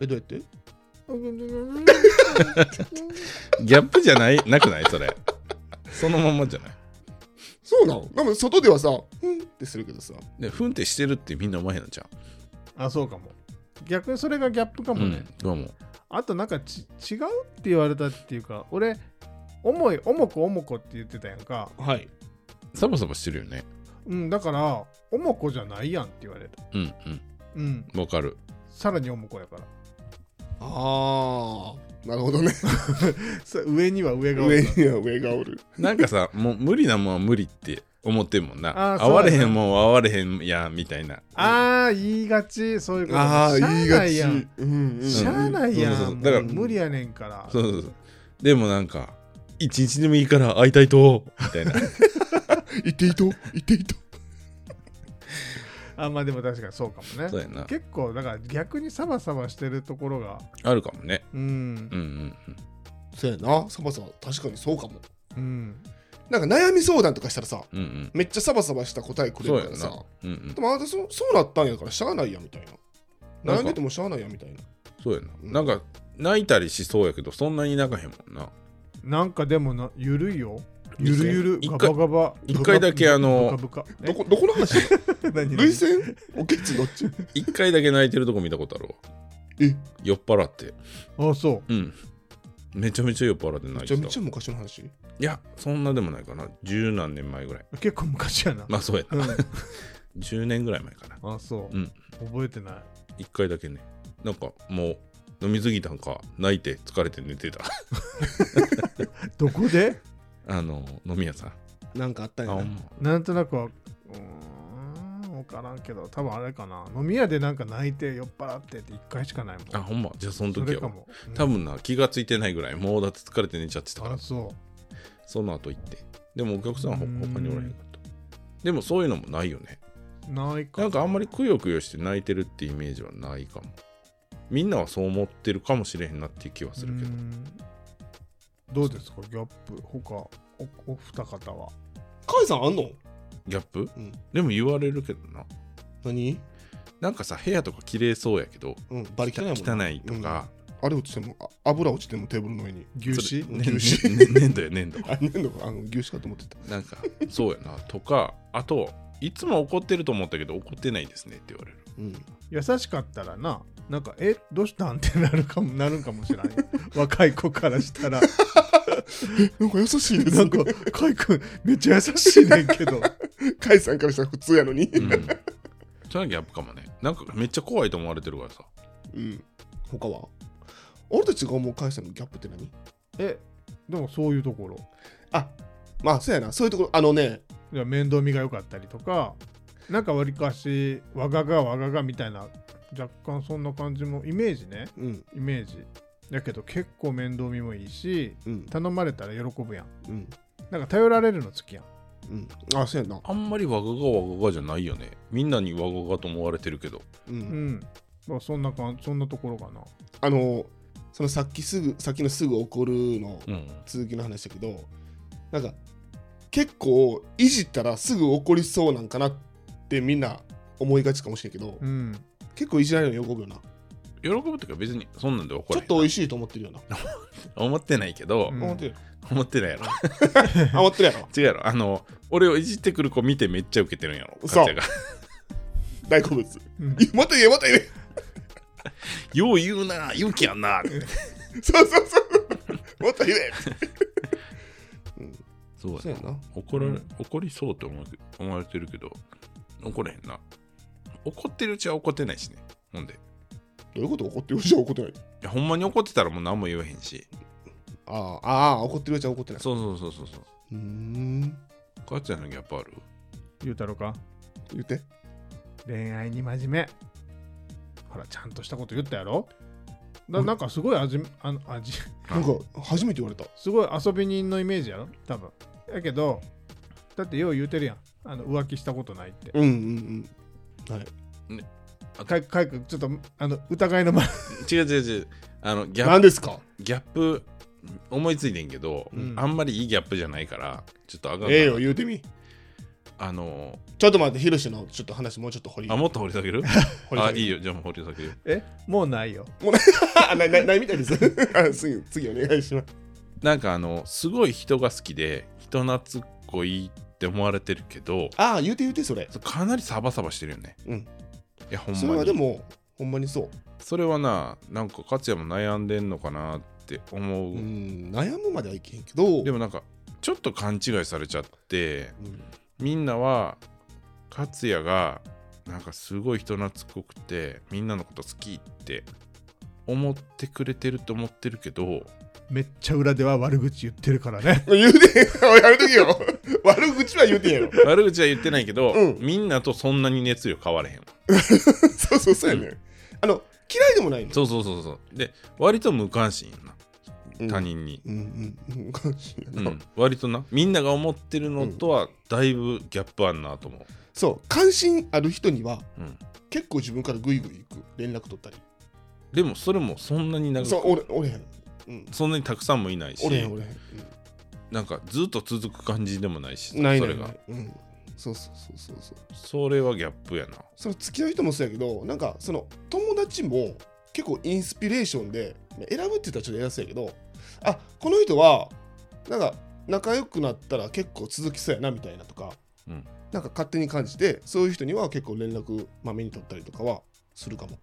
[SPEAKER 1] え、どうやって
[SPEAKER 2] ギャップじゃない、なくないそれ。 そのまんまじゃない。
[SPEAKER 1] そうなのでも外ではさ、うんってするけどさ、
[SPEAKER 2] で、ふんってしてるってみんなお前なんじゃ
[SPEAKER 3] あそうかも逆にそれがギャップか
[SPEAKER 2] ん。
[SPEAKER 3] も
[SPEAKER 2] う
[SPEAKER 3] ね、
[SPEAKER 2] ん。どうも。
[SPEAKER 3] あとなんかち違うって言われたっていうか俺重い重子重子って言ってたやんか
[SPEAKER 1] はい。
[SPEAKER 2] サバサバしてるよね。
[SPEAKER 3] うんだから重子じゃないやんって言われた
[SPEAKER 2] うん
[SPEAKER 3] うん
[SPEAKER 2] うん。わかる。
[SPEAKER 3] さらに重子やから
[SPEAKER 1] ああ、なるほど ね。
[SPEAKER 3] さ上には上がお
[SPEAKER 1] 上
[SPEAKER 3] る
[SPEAKER 1] には上がおる。
[SPEAKER 2] なんかさ、もう無理なもんは無理って思ってんもんな。
[SPEAKER 3] あ
[SPEAKER 2] 会
[SPEAKER 3] そう
[SPEAKER 2] わ
[SPEAKER 3] だね
[SPEAKER 2] れへんもんは会われへんや、みたいな。
[SPEAKER 3] ああ言いがちそういうこと
[SPEAKER 1] ああ、
[SPEAKER 3] しゃ
[SPEAKER 1] 言い
[SPEAKER 3] な
[SPEAKER 1] が
[SPEAKER 3] い
[SPEAKER 1] ち。
[SPEAKER 3] やん
[SPEAKER 1] うんうん
[SPEAKER 3] しゃあないや
[SPEAKER 2] そうそうんそう
[SPEAKER 3] も
[SPEAKER 2] だか
[SPEAKER 3] う
[SPEAKER 2] ら
[SPEAKER 3] 無理やねんから
[SPEAKER 2] そうそうそう。でもなんか、一日でもいいから会いたいと、みたいな。
[SPEAKER 1] 言っていいと言っていいと
[SPEAKER 3] あまあでも確かにそうかも
[SPEAKER 2] そう
[SPEAKER 3] ね
[SPEAKER 2] やな。
[SPEAKER 3] 結構だから逆にサバサバしてるところが
[SPEAKER 2] あるかもね。
[SPEAKER 3] うん
[SPEAKER 2] うんうんうん。
[SPEAKER 1] そうやな、サバサバ、確かにそうかも。
[SPEAKER 3] うん
[SPEAKER 1] なんか悩み相談とかしたらさ、
[SPEAKER 2] うんうん。
[SPEAKER 1] めっちゃサバサバした答えくれ
[SPEAKER 2] そうや
[SPEAKER 1] るから
[SPEAKER 2] な
[SPEAKER 1] さ。。
[SPEAKER 2] うんうん
[SPEAKER 1] で。もあなたそそうなったんやからしゃあないやみたいな。
[SPEAKER 2] な
[SPEAKER 1] 悩
[SPEAKER 2] ん
[SPEAKER 1] ん
[SPEAKER 2] か
[SPEAKER 1] でてもしゃあないやみたいな。
[SPEAKER 2] そうや
[SPEAKER 1] うん
[SPEAKER 2] な。なんか、泣いたりしそうやけど、そんなに泣かへんもんな。
[SPEAKER 3] なんかでもなゆるいよゆるゆる
[SPEAKER 2] 一
[SPEAKER 3] ガ
[SPEAKER 2] 回
[SPEAKER 3] バガバ
[SPEAKER 2] 一回だけあの
[SPEAKER 3] ブカブカ
[SPEAKER 1] どこどこの 話
[SPEAKER 3] え何
[SPEAKER 1] 涙腺おけちど っち
[SPEAKER 2] 一回だけ泣いてるとこ見たことあるわ。
[SPEAKER 1] え
[SPEAKER 2] 酔っ払って。
[SPEAKER 3] あそう
[SPEAKER 2] うん。めちゃめちゃ酔っ払って泣
[SPEAKER 1] め
[SPEAKER 2] い
[SPEAKER 1] ちゃ
[SPEAKER 2] て
[SPEAKER 1] め
[SPEAKER 2] た。
[SPEAKER 1] ちゃ昔の話。
[SPEAKER 2] いや、そんなでもないかな。十何年前ぐらい。
[SPEAKER 3] 結構昔やな、
[SPEAKER 2] まあそうやな。
[SPEAKER 3] う
[SPEAKER 2] 10年ぐらい前かな。
[SPEAKER 3] ん、あそう、
[SPEAKER 2] うん
[SPEAKER 3] 覚えてない
[SPEAKER 2] 一回だけね。なんかもう、飲みすぎたんか、泣いて疲れて寝てた。
[SPEAKER 3] どこで
[SPEAKER 2] あの、飲み屋さん。
[SPEAKER 1] なんかあったん
[SPEAKER 2] あ、
[SPEAKER 1] や
[SPEAKER 2] ほ。
[SPEAKER 1] なん
[SPEAKER 2] ま
[SPEAKER 3] なんとなくはうーん分からんけど多分あれかな飲み屋でなんか泣いて酔っ払ってって1回しかないもん
[SPEAKER 2] あ、ほんま。じゃあその
[SPEAKER 3] そ
[SPEAKER 2] 時
[SPEAKER 3] れか
[SPEAKER 2] は。
[SPEAKER 3] も、うん
[SPEAKER 2] 多分な、気がついてないぐらい。もうだって疲れて寝ちゃってたから
[SPEAKER 3] あ。そ
[SPEAKER 2] その後行って。でもお客さんはほ
[SPEAKER 3] うーん
[SPEAKER 2] 他におらへんかった。でもそういうのもないよね。
[SPEAKER 3] うないか
[SPEAKER 2] なんかあんまりくよくよして泣いてるってイメージはないかも。みんなはそう思ってるかもしれへんなっていう気はするけど
[SPEAKER 3] う。んどうですかギャップ他おお二方は
[SPEAKER 1] カイさんあんの
[SPEAKER 2] ギャップ、
[SPEAKER 1] うん
[SPEAKER 2] でも言われるけどな。
[SPEAKER 1] 何
[SPEAKER 2] なんかさ、部屋とか綺麗そうやけど、
[SPEAKER 1] うん、バリ汚いもんな。
[SPEAKER 2] 汚いとか、
[SPEAKER 1] あれ落ちても、あ油落ちてもテーブルの上に。
[SPEAKER 3] 牛脂
[SPEAKER 2] ね
[SPEAKER 1] 牛脂
[SPEAKER 2] ねね粘土や粘土。
[SPEAKER 1] あ、なんだろうあの牛脂かと思ってた。
[SPEAKER 2] なんか、そうやな。とか、あと、いつも怒ってると思ったけど、怒ってないですねって言われる。
[SPEAKER 1] うん。
[SPEAKER 3] 優しかったらななんかえどうしたんってなるかもなるんかもしれない 若い子からしたら
[SPEAKER 1] なんか優しいです。
[SPEAKER 3] なんか、カイ君、めっちゃ優しいねんけど。
[SPEAKER 1] カイさんからしたら普通やのに。
[SPEAKER 2] うん。それはギャップかもね。なんかめっちゃ怖いと思われてるからさ。
[SPEAKER 1] うん。他は俺たちが思うカイさんのギャップって何
[SPEAKER 3] え、でもそういうところ。
[SPEAKER 1] あ、まあそうやな。そういうところ、あのね、
[SPEAKER 3] いや面倒見が良かったりとか、なんかわりかし、わががわががみたいな、若干そんな感じも、イメージね、
[SPEAKER 1] うん、
[SPEAKER 3] イメージ。だけど結構面倒見もいいし、
[SPEAKER 1] うん、
[SPEAKER 3] 頼まれたら喜ぶやん。
[SPEAKER 1] うん。
[SPEAKER 3] なんか頼られるの好きやん。
[SPEAKER 1] うん。あ、そうやな。
[SPEAKER 2] あんまりわががわががじゃないよねみんなにわががと思われてるけど
[SPEAKER 1] う。
[SPEAKER 3] うんん、まあ、そんなかんそんなところかな
[SPEAKER 1] あの、そのさっきすぐ、さっきのすぐ起こるの
[SPEAKER 2] うん
[SPEAKER 1] 続きの話だけど、なんか、結構、いじったらすぐ起こりそうなんかなってみんな思いがちかもしれんけど、
[SPEAKER 3] うん
[SPEAKER 1] 結構いじられるの喜ぶよな。
[SPEAKER 2] 喜ぶっていうか別にそんなんで怒
[SPEAKER 1] ち
[SPEAKER 2] らへ
[SPEAKER 1] ょっ
[SPEAKER 2] ん
[SPEAKER 1] と美味しいと思ってるよな。
[SPEAKER 2] 思ってないけど、
[SPEAKER 3] うん
[SPEAKER 1] 思ってる。
[SPEAKER 2] 思ってないやろ
[SPEAKER 1] あ、思ってるやろ。
[SPEAKER 2] 違うやろあの俺をいじってくる子見てめっちゃウケてるんやろ
[SPEAKER 1] そ
[SPEAKER 2] か
[SPEAKER 1] う
[SPEAKER 2] っちゃんが
[SPEAKER 1] 大好物。
[SPEAKER 3] うん
[SPEAKER 1] いやまた言え、また言え。
[SPEAKER 2] よう言うな勇気やんなって
[SPEAKER 1] そうそうそう。もっと言え。
[SPEAKER 2] そう
[SPEAKER 1] そうやな。
[SPEAKER 2] 怒ら
[SPEAKER 3] う
[SPEAKER 2] れ
[SPEAKER 3] ん
[SPEAKER 2] 怒りそうって思われ思われてるけど怒れへんな怒ってるうちは怒ってないしねほんでい
[SPEAKER 1] どういうこと怒ってるうちは怒ってない。
[SPEAKER 2] やほんまに怒ってたらもう何も言わへんし
[SPEAKER 1] ああ、ああ、怒ってるうちは怒ってない。
[SPEAKER 2] そうそうそうそうそう
[SPEAKER 1] うーん。
[SPEAKER 2] 母ちゃんのギャップある
[SPEAKER 3] 言うたろか
[SPEAKER 1] 言って。
[SPEAKER 3] 恋愛に真面目ほらちゃんとしたこと言ったやろだなんかすごい味あの味
[SPEAKER 1] なんか、初めて言われた。
[SPEAKER 3] すごい遊び人のイメージやろ多分やけどだってよう言うてるやんあの浮気したことないって
[SPEAKER 1] うんうんうん。はい。
[SPEAKER 3] かいかいくんちょっとあの疑いのま
[SPEAKER 2] 違う違う違うあのギャッ
[SPEAKER 1] 何ですか
[SPEAKER 2] ギャップ思いついてんけど、
[SPEAKER 1] うん
[SPEAKER 2] あんまりいいギャップじゃないからちょっとあかんな
[SPEAKER 1] ええよ、言うてみ。
[SPEAKER 2] あの
[SPEAKER 1] ちょっと待って、ヒロシのちょっと話もうちょっと掘り。
[SPEAKER 2] あもっと掘り下げる
[SPEAKER 1] 掘り
[SPEAKER 2] あ
[SPEAKER 1] 下げ
[SPEAKER 2] いいよじゃあもう掘り下げる
[SPEAKER 3] え もうないよ
[SPEAKER 1] あ、 ない、ない、ないみたいです。あ次、次お願いします。
[SPEAKER 2] なんかあのすごい人が好きで人懐っこいって思われてるけど
[SPEAKER 1] ああ、言うて言うて、それ。
[SPEAKER 2] そうかなりサバサバしてるよね
[SPEAKER 1] うん
[SPEAKER 2] いやほんまに
[SPEAKER 1] それはでも、ほんまにそう。
[SPEAKER 2] それはななんか勝也も悩んでんのかなって思う、
[SPEAKER 1] うん、悩むまではいけへんけど。
[SPEAKER 2] でもなんかちょっと勘違いされちゃって
[SPEAKER 1] うん、
[SPEAKER 2] みんなは勝也がなんかすごい人懐っこくてみんなのこと好きって思ってくれてると思ってるけ ど
[SPEAKER 3] めっちゃ裏では悪口言ってるからね
[SPEAKER 1] 言うて、やめとけよ。 悪口は言うてんやろ。
[SPEAKER 2] 悪口は言ってないけど、
[SPEAKER 1] うん
[SPEAKER 2] みんなとそんなに熱量変われへんわ
[SPEAKER 1] そうそうそうやね、あの嫌いでもないの
[SPEAKER 2] そうそうそうそうで割と無関心や
[SPEAKER 1] うん
[SPEAKER 2] な他人に、
[SPEAKER 1] うんうんうん関心や
[SPEAKER 2] う
[SPEAKER 1] な、
[SPEAKER 2] ん割となみんなが思ってるのとはだいぶギャップあんなと思う
[SPEAKER 1] そう関心ある人には、
[SPEAKER 2] うん
[SPEAKER 1] 結構自分からグイグイ行く連絡取ったり
[SPEAKER 2] でもそれもそんなに長く
[SPEAKER 1] そう俺俺へん、うん、
[SPEAKER 2] そんなにたくさんもいないし
[SPEAKER 1] 俺へん俺へん、
[SPEAKER 2] なんかずっと続く感じでもないし
[SPEAKER 1] うん、ない
[SPEAKER 2] そ
[SPEAKER 1] ない
[SPEAKER 2] れ
[SPEAKER 1] な
[SPEAKER 2] が
[SPEAKER 1] い、うん、そうそうそうそうそう
[SPEAKER 2] それはギャップやな
[SPEAKER 1] その付き合う人もそうやけどなんかその友達も結構インスピレーションで選ぶって言ったらちょっと偉そうやけどあこの人はなんか仲良くなったら結構続きそうやなみたいなとか、
[SPEAKER 2] うん
[SPEAKER 1] なんか勝手に感じてそういう人には結構連絡まあ目に取ったりとかはするかも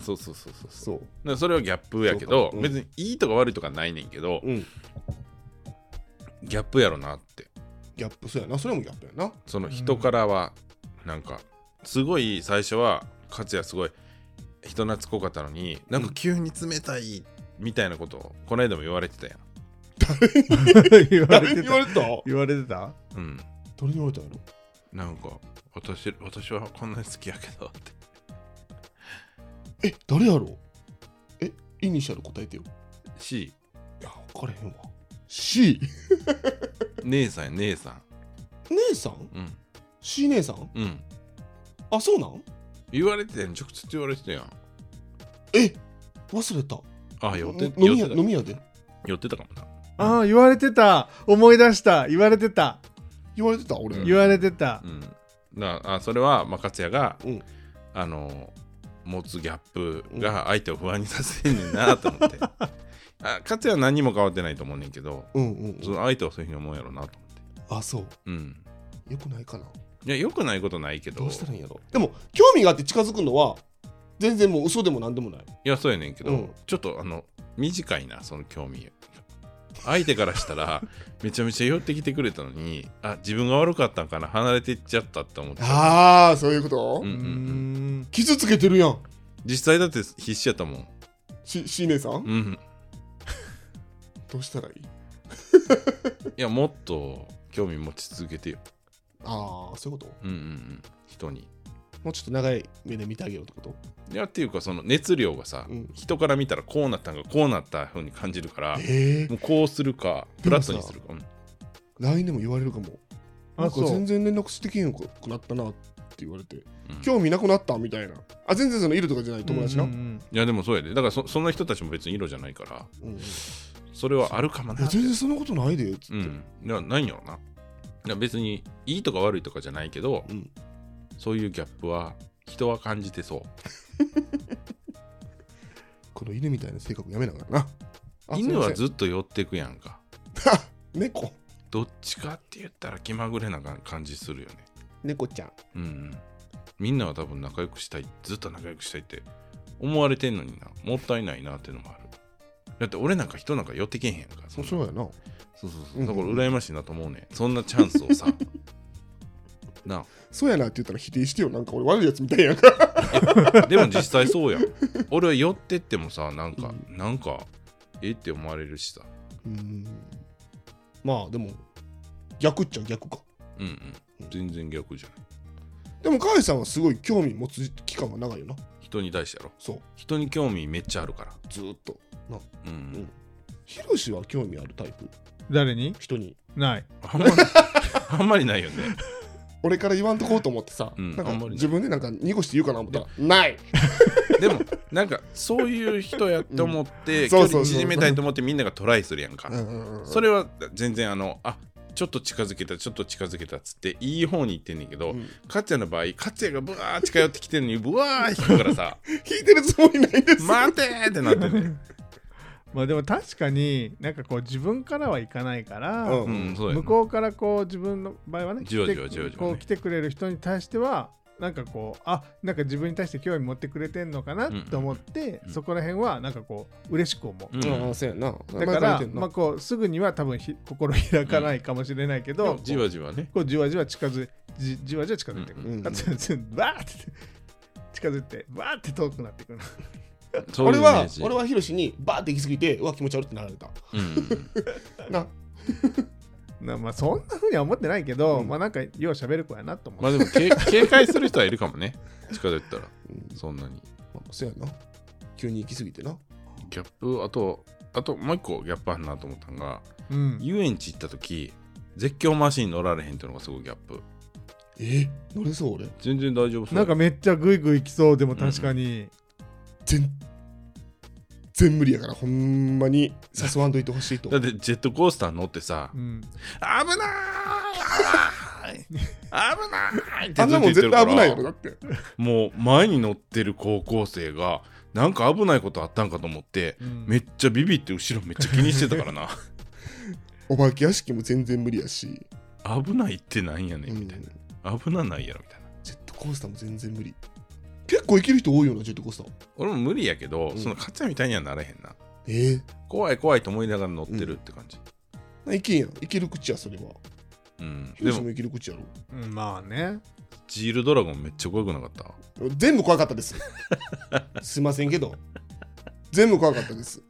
[SPEAKER 2] そうそうそうそうそう
[SPEAKER 1] そう
[SPEAKER 2] だからそれはギャップやけど、
[SPEAKER 1] そうかう
[SPEAKER 2] 別
[SPEAKER 1] ん
[SPEAKER 2] にいいとか悪いとかないねんけど、
[SPEAKER 1] うん
[SPEAKER 2] ギャップやろなって
[SPEAKER 1] ギャップそうやなそれもギャップやな
[SPEAKER 2] その人からはなんかすごい最初は勝也すごい人懐っこかったのになんか急に冷たいみたいなことをこの間も言われてたやん
[SPEAKER 3] 言われて
[SPEAKER 1] 言わ
[SPEAKER 3] た
[SPEAKER 1] れたど
[SPEAKER 3] 言われてた
[SPEAKER 2] うん
[SPEAKER 1] れに言われたんやろ
[SPEAKER 2] なんか私私はこんなに好きやけどって
[SPEAKER 1] え誰やろうえイニシャル答えてよ
[SPEAKER 2] し
[SPEAKER 1] いや分からへんわ C
[SPEAKER 2] 姉さんや姉さ
[SPEAKER 1] 姉さん
[SPEAKER 2] んうん
[SPEAKER 1] C 姉さん
[SPEAKER 2] うん
[SPEAKER 1] あそうなん
[SPEAKER 2] 言われてたやん直接言われてたやん
[SPEAKER 1] え忘れた
[SPEAKER 2] あ寄って
[SPEAKER 1] の飲み
[SPEAKER 2] 寄
[SPEAKER 1] 屋
[SPEAKER 2] って
[SPEAKER 1] 飲み屋で
[SPEAKER 2] た寄ってたかもな
[SPEAKER 3] ああ言われてた思い出した言われてた
[SPEAKER 1] 言われてた俺、
[SPEAKER 2] うん
[SPEAKER 3] 言われてた
[SPEAKER 2] うんだあそれは、まあ、勝也が、
[SPEAKER 1] うん
[SPEAKER 2] あの持つギャップが相手を不安にさせんねんなと思 って、あ勝也は何も変わってないと思うねんけど
[SPEAKER 1] うんうん
[SPEAKER 2] その相手はそういうふうに思うやろうなと思って
[SPEAKER 1] あそう
[SPEAKER 2] うん
[SPEAKER 1] よくないかない
[SPEAKER 2] やよくないことないけど
[SPEAKER 1] どうしたらいいんやろでも興味があって近づくのは全然もう嘘でもなんでもない
[SPEAKER 2] いやそうやねんけど、
[SPEAKER 1] うん
[SPEAKER 2] ちょっとあの短いなその興味相手からした らめちゃめちゃ寄ってきてくれたのにあ自分が悪かったんかな離れていっちゃったって思ってた
[SPEAKER 1] ああそういうこと、
[SPEAKER 2] う
[SPEAKER 3] うん
[SPEAKER 2] うんうん、
[SPEAKER 3] ん
[SPEAKER 1] 傷つけてるやん
[SPEAKER 2] 実際だって必死やったもん、
[SPEAKER 1] し C 姉さん、
[SPEAKER 2] うん、
[SPEAKER 1] どうしたらいい
[SPEAKER 2] いやもっと興味持ち続けてよ
[SPEAKER 1] ああそういうこと
[SPEAKER 2] うんうんうん人に
[SPEAKER 1] もうちょっと長い目で見てあげようってこと
[SPEAKER 2] いやっていうかその熱量がさ、
[SPEAKER 1] うん
[SPEAKER 2] 人から見たらこうなったんかこうなったふうに感じるから
[SPEAKER 1] ええ
[SPEAKER 2] もうこうするかフラットにするか、うん
[SPEAKER 1] 来年も言われるかもなん
[SPEAKER 3] あ
[SPEAKER 1] か
[SPEAKER 3] そう
[SPEAKER 1] 全然連絡してけへんくなったなって言われて、
[SPEAKER 2] うん
[SPEAKER 1] 興味なくなったみたいなあ全然そのいるとかじゃない友達な、
[SPEAKER 3] う
[SPEAKER 1] うんん
[SPEAKER 2] いやでもそうやでだからそそんな人たちも別に色じゃないから
[SPEAKER 1] うんい
[SPEAKER 2] それはあるかもな
[SPEAKER 1] や全然そんなことないでっつって、
[SPEAKER 2] うんいやないんやろないや別にいいとか悪いとかじゃないけど、
[SPEAKER 1] うん
[SPEAKER 2] そういうギャップは人は感じてそう
[SPEAKER 1] この犬みたいな性格やめながらなあ
[SPEAKER 2] 犬は
[SPEAKER 1] すい
[SPEAKER 2] ずっと寄ってくやんか
[SPEAKER 1] ません 猫
[SPEAKER 2] どっちかって言ったら気まぐれな感じするよね
[SPEAKER 1] 猫ちゃん
[SPEAKER 2] うん、うん、みんなは多分仲良くしたいずっと仲良くしたいって思われてんのになもったいないなってのもあるだって俺なんか人なんか寄ってけへんやんかそ
[SPEAKER 1] そ
[SPEAKER 2] んな
[SPEAKER 1] そうやな
[SPEAKER 2] そうそう
[SPEAKER 1] う
[SPEAKER 2] そ
[SPEAKER 1] ん
[SPEAKER 2] うだから羨ましいなと思うねそんなチャンスをさ な
[SPEAKER 1] そうやなって言ったら否定してよなんか俺悪いやつみたいやんか
[SPEAKER 2] あでも実際そうやん俺は寄ってってもさなんか、なんかえって思われるしさ
[SPEAKER 1] うんまあでも逆っちゃ逆か
[SPEAKER 2] うんうん全然逆じゃない
[SPEAKER 1] でも河合さんはすごい興味持つ期間が長いよな
[SPEAKER 2] 人に対してやろ
[SPEAKER 1] そう
[SPEAKER 2] 人に興味めっちゃあるから
[SPEAKER 1] ずーっと
[SPEAKER 2] うん、うん
[SPEAKER 1] ヒロシは興味あるタイプ
[SPEAKER 3] 誰に
[SPEAKER 1] 人に
[SPEAKER 3] ない。
[SPEAKER 2] あんまり あんまりないよね。
[SPEAKER 1] 俺から言わんとこうと思ってさ、
[SPEAKER 2] うん
[SPEAKER 1] なん
[SPEAKER 2] あんま
[SPEAKER 1] か
[SPEAKER 2] りね
[SPEAKER 1] 自分でなんか濁して言うかな思ったら「ない!
[SPEAKER 2] でもなんかそういう人やと思って、
[SPEAKER 1] うん
[SPEAKER 2] 距
[SPEAKER 1] そう
[SPEAKER 2] 離
[SPEAKER 1] そうそう
[SPEAKER 2] 縮めたいと思ってみんながトライするやんか。
[SPEAKER 1] うんうんう ん」
[SPEAKER 2] それは全然あのあちょっと近づけたちょっと近づけたっつっていい方に行ってんねんけど、
[SPEAKER 1] うん
[SPEAKER 2] 勝也の場合勝也がブワー近寄ってきてるのにブワー引くからさ「
[SPEAKER 1] 引いてるつもりないんです、
[SPEAKER 2] 待て!」ってなって ね。
[SPEAKER 3] まあでも確かになんかこう自分からはいかないから、
[SPEAKER 1] うん
[SPEAKER 2] うん、そうやね
[SPEAKER 3] 向こうからこう自分の場合はね
[SPEAKER 2] じわじわ
[SPEAKER 3] 来て
[SPEAKER 2] じわじわね
[SPEAKER 3] こう来てくれる人に対してはなんかこうあなんか自分に対して興味持ってくれてんのかな
[SPEAKER 2] うん
[SPEAKER 3] と思って、
[SPEAKER 2] うん
[SPEAKER 3] そこら辺はなんかこう嬉しく思う、
[SPEAKER 2] うん
[SPEAKER 1] ああそうやな
[SPEAKER 3] だから、ま
[SPEAKER 1] ま
[SPEAKER 3] あ、こうすぐには多分ひ心開かないかもしれないけど、こう
[SPEAKER 2] じわじわね。
[SPEAKER 3] こうじわじわ近づいじじわじわ近づいてく
[SPEAKER 2] う
[SPEAKER 3] る、
[SPEAKER 1] んうん
[SPEAKER 3] あつつバーって近づいてバーって遠くなってくる
[SPEAKER 2] そうい
[SPEAKER 1] 俺
[SPEAKER 2] うイメ
[SPEAKER 1] は
[SPEAKER 2] ージ
[SPEAKER 1] 俺、はヒロシにバーって行き過ぎてうわ気持ち悪いってなられた
[SPEAKER 2] うんうん
[SPEAKER 1] な
[SPEAKER 3] なまあそんなふうには思ってないけど、
[SPEAKER 1] うん
[SPEAKER 3] まあなんかよう喋る子やなと思う、
[SPEAKER 2] まあでもけ 警戒する人はいるかもね近づいたら
[SPEAKER 1] うんま
[SPEAKER 2] そんなに。
[SPEAKER 1] あそうやな急に行き過ぎてな
[SPEAKER 2] ギャップあとあともう一個ギャップあるなと思ったのが
[SPEAKER 3] うん、
[SPEAKER 2] 遊園地行った時絶叫マシン乗られへんっていうのがすごいギャップ
[SPEAKER 1] え乗れそう俺
[SPEAKER 2] 全然大丈夫そう
[SPEAKER 3] なんかめっちゃグイグイ来そうでも確かに、
[SPEAKER 1] 全全無理やからほんまに誘わんといてほしいと
[SPEAKER 2] だってジェットコースター乗ってさ、
[SPEAKER 3] うん
[SPEAKER 2] 危ない 危ないって
[SPEAKER 1] あん
[SPEAKER 2] ずっと言
[SPEAKER 1] なもん
[SPEAKER 2] って
[SPEAKER 1] 絶
[SPEAKER 2] るか
[SPEAKER 1] 対危ない
[SPEAKER 2] ら
[SPEAKER 1] やろだって
[SPEAKER 2] もう前に乗ってる高校生がなんか危ないことあったんかと思って
[SPEAKER 3] うん
[SPEAKER 2] めっちゃビビって後ろめっちゃ気にしてた からな
[SPEAKER 1] お化け屋敷も全然無理やし、
[SPEAKER 2] 危ないってなんやね
[SPEAKER 1] うん
[SPEAKER 2] み
[SPEAKER 1] ん
[SPEAKER 2] たいな、危なないやろみたいな
[SPEAKER 1] ジェットコースターも全然無理結構行ける人多いよなジェットコースター
[SPEAKER 2] 俺も無理やけど、
[SPEAKER 1] うん
[SPEAKER 2] その勝也みたいにはなれへんな
[SPEAKER 1] ええ
[SPEAKER 2] 怖い怖いと思いながら乗ってるって感じ、
[SPEAKER 1] いけんやん。いける口や、それは。
[SPEAKER 2] うん、
[SPEAKER 1] ヒ
[SPEAKER 2] で
[SPEAKER 1] ロシも
[SPEAKER 2] も
[SPEAKER 1] いける口やろ。
[SPEAKER 3] うんまあね
[SPEAKER 2] ジールドラゴンめっちゃ怖くなかった
[SPEAKER 1] 全部怖かった です。すいませんけど。全部怖かったです。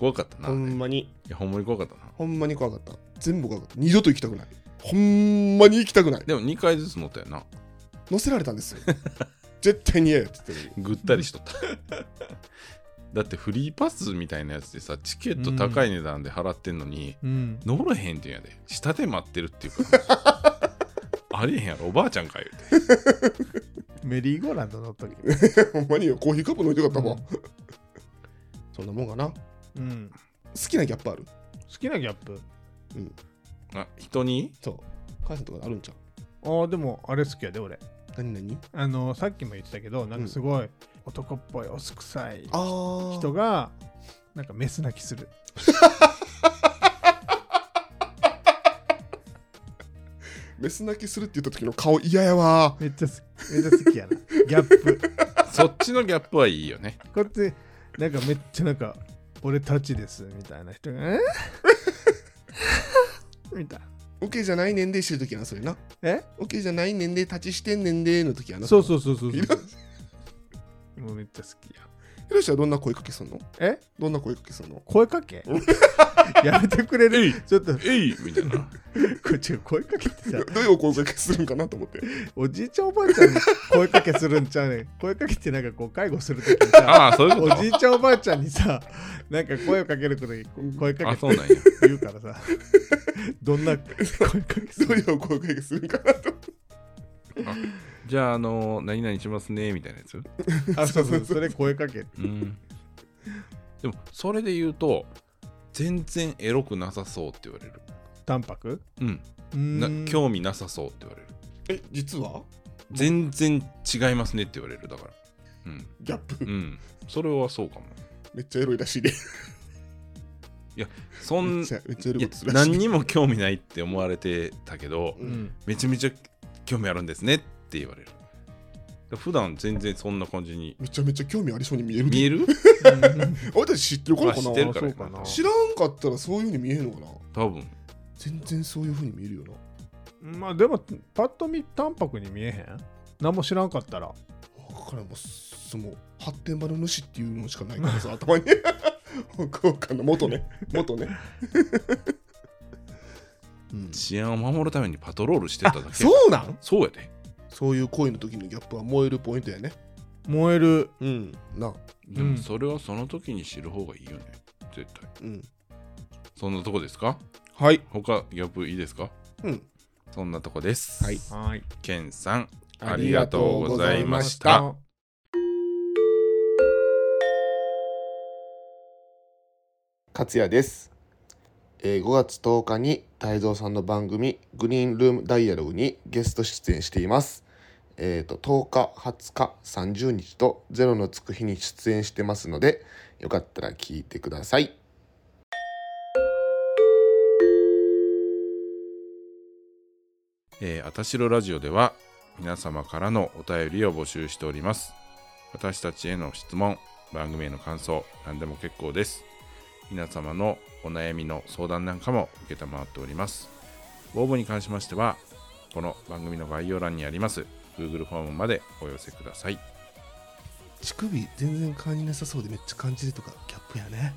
[SPEAKER 2] 怖かったな、
[SPEAKER 1] ほんまに。
[SPEAKER 2] いやほんまに怖かったな
[SPEAKER 1] ほんまに怖かった。全部怖かった。二度と行きたくない。ほんまに行きたくない。
[SPEAKER 2] でも2回ずつ乗ったよな
[SPEAKER 1] 乗せられたん ですよ。絶対に嫌やって言ってる。
[SPEAKER 2] ぐったりしとっただってフリーパスみたいなやつでさチケット高い値段で払ってんのに、
[SPEAKER 3] うん
[SPEAKER 2] 乗れへんって言うんやで下で待ってるっていうか ありえへんやろおばあちゃんか言うて
[SPEAKER 3] メリーゴーランド乗った時、
[SPEAKER 1] ほんまによ。コーヒーカップ乗りたかったも
[SPEAKER 3] うん
[SPEAKER 1] ん。そんなもんかな。好
[SPEAKER 3] うん、
[SPEAKER 1] きなギャップある。
[SPEAKER 3] 好きなギャップ
[SPEAKER 2] あ人 に
[SPEAKER 1] そう。母さんとかあるんちゃう
[SPEAKER 3] ああでもあれ好きやで俺
[SPEAKER 1] 何何
[SPEAKER 3] あのさっきも言ってたけどなんかすごい男っぽいオス臭い
[SPEAKER 1] あー。
[SPEAKER 3] 人がなんかメス泣きする
[SPEAKER 1] メス泣きするって言った時の顔嫌やわ。
[SPEAKER 3] めっちゃ好きめっちゃ好きやな ギャップ
[SPEAKER 2] そっちのギャップはいいよね
[SPEAKER 3] こうやってなんかめっちゃなんか俺たちですみたいな人 がえみたいな
[SPEAKER 1] オケじゃない年齢してる時やな、それな。
[SPEAKER 3] え
[SPEAKER 1] オケじゃない年齢、立ちしてん年齢の時やな。
[SPEAKER 3] そうそうそうそう
[SPEAKER 1] ヒロ
[SPEAKER 3] もうめっちゃ好きや
[SPEAKER 1] ヒロシはどんな声かけすんの
[SPEAKER 3] え
[SPEAKER 1] どんな声かけすんの
[SPEAKER 3] 声かけ やめてくれ
[SPEAKER 2] え
[SPEAKER 3] る
[SPEAKER 2] い
[SPEAKER 3] ちょっと
[SPEAKER 2] えいみたい な
[SPEAKER 3] こっちが声かけってさ
[SPEAKER 1] どういうお声かけするんかなと思って。
[SPEAKER 3] おじいちゃんおばあちゃんに声かけするんちゃうねん声かけってなんかこう介護するときにさ
[SPEAKER 2] ああそういうこ
[SPEAKER 3] お
[SPEAKER 2] と
[SPEAKER 3] じいちゃんおばあちゃんにさなんか声をかけることにこう声か
[SPEAKER 2] あ
[SPEAKER 3] け
[SPEAKER 2] そう
[SPEAKER 3] て
[SPEAKER 2] なんや
[SPEAKER 3] 言うからさどんな声かけす
[SPEAKER 1] どういう
[SPEAKER 3] る
[SPEAKER 1] お声掛けするかなと。
[SPEAKER 2] じゃあ、あの、何々しますね、みたいなやつ。
[SPEAKER 3] あそうそうそれ声かけ
[SPEAKER 2] うん。でも、それで言うと、全然エロくなさそうって言われる。
[SPEAKER 3] 淡白
[SPEAKER 2] うん。
[SPEAKER 3] うーん
[SPEAKER 2] な興味なさそうって言われる。
[SPEAKER 1] え、実は
[SPEAKER 2] 全然違いますねって言われる。だから。うん。
[SPEAKER 1] ギャップ、
[SPEAKER 2] うん。それはそうかも。
[SPEAKER 1] めっちゃエロいらしいで。
[SPEAKER 2] そん
[SPEAKER 1] めっちゃめっちゃエ
[SPEAKER 2] い
[SPEAKER 1] ロい
[SPEAKER 2] や
[SPEAKER 1] ことするらしい
[SPEAKER 2] 何にも興味ないって思われてたけど、
[SPEAKER 3] うん
[SPEAKER 2] めちゃめちゃ興味あるんですねって言われる。普段全然そんな感じに
[SPEAKER 1] めちゃめちゃ興味ありそうに見える
[SPEAKER 2] 見
[SPEAKER 1] で。
[SPEAKER 2] える
[SPEAKER 1] 俺たち知ってるからか
[SPEAKER 2] ま
[SPEAKER 1] な
[SPEAKER 2] あ知ってるか
[SPEAKER 3] そうかな
[SPEAKER 2] ら
[SPEAKER 1] 知らんかったらそういうふうに見えるのかな
[SPEAKER 2] 多分
[SPEAKER 1] 全然そういうふうに見えるよな。
[SPEAKER 3] まあでもパッと見淡白に見えへん何も知らんかったら
[SPEAKER 1] だからもうその発展場の主っていうのしかないから さ頭に福岡の元ね元ね、うん、
[SPEAKER 2] 治安を守るためにパトロールしてただけ
[SPEAKER 1] そうなん
[SPEAKER 2] そうやで
[SPEAKER 1] そういう恋の時のギャップは燃えるポイントやね
[SPEAKER 3] 燃える
[SPEAKER 1] うんな
[SPEAKER 2] でもそれはその時に知る方がいいよね絶対
[SPEAKER 1] うん
[SPEAKER 2] そんなとこですか
[SPEAKER 1] はい
[SPEAKER 2] 他ギャップいいですか
[SPEAKER 1] うん
[SPEAKER 2] そんなとこです
[SPEAKER 1] はい
[SPEAKER 3] はい
[SPEAKER 2] ケンさんあ
[SPEAKER 1] あ
[SPEAKER 2] り
[SPEAKER 1] り
[SPEAKER 2] が
[SPEAKER 1] が
[SPEAKER 2] と
[SPEAKER 1] と
[SPEAKER 2] う
[SPEAKER 1] う
[SPEAKER 2] ご
[SPEAKER 1] ご
[SPEAKER 2] ざ
[SPEAKER 1] ざ
[SPEAKER 2] い
[SPEAKER 1] い
[SPEAKER 2] ま
[SPEAKER 1] ま
[SPEAKER 2] し
[SPEAKER 1] したた勝也です、えー、5月10日に泰造さんの番組「グリーンルームダイアログ」にゲスト出演しています、えー、と10日20日30日と「ゼロのつく日」に出演してますのでよかったら聞いてください
[SPEAKER 2] えー、あたしろラジオでは皆様からのお便りを募集しております。私たちへの質問、番組への感想、何でも結構です。皆様のお悩みの相談なんかも受けたまわっております。応募に関しましては、この番組の概要欄にあります Google フォームまでお寄せください。
[SPEAKER 1] 乳首全然感じなさそうでめっちゃ感じるとかギャップやね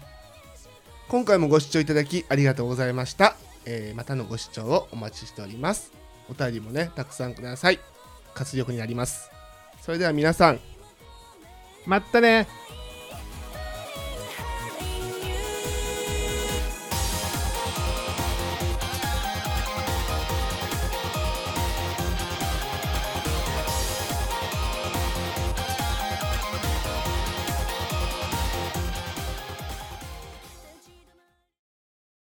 [SPEAKER 1] 今回もご視聴いただきありがとうございました、えーまたのご視聴をお待ちしておりますお便りもねたくさんください活力になりますそれでは皆さん
[SPEAKER 3] まったね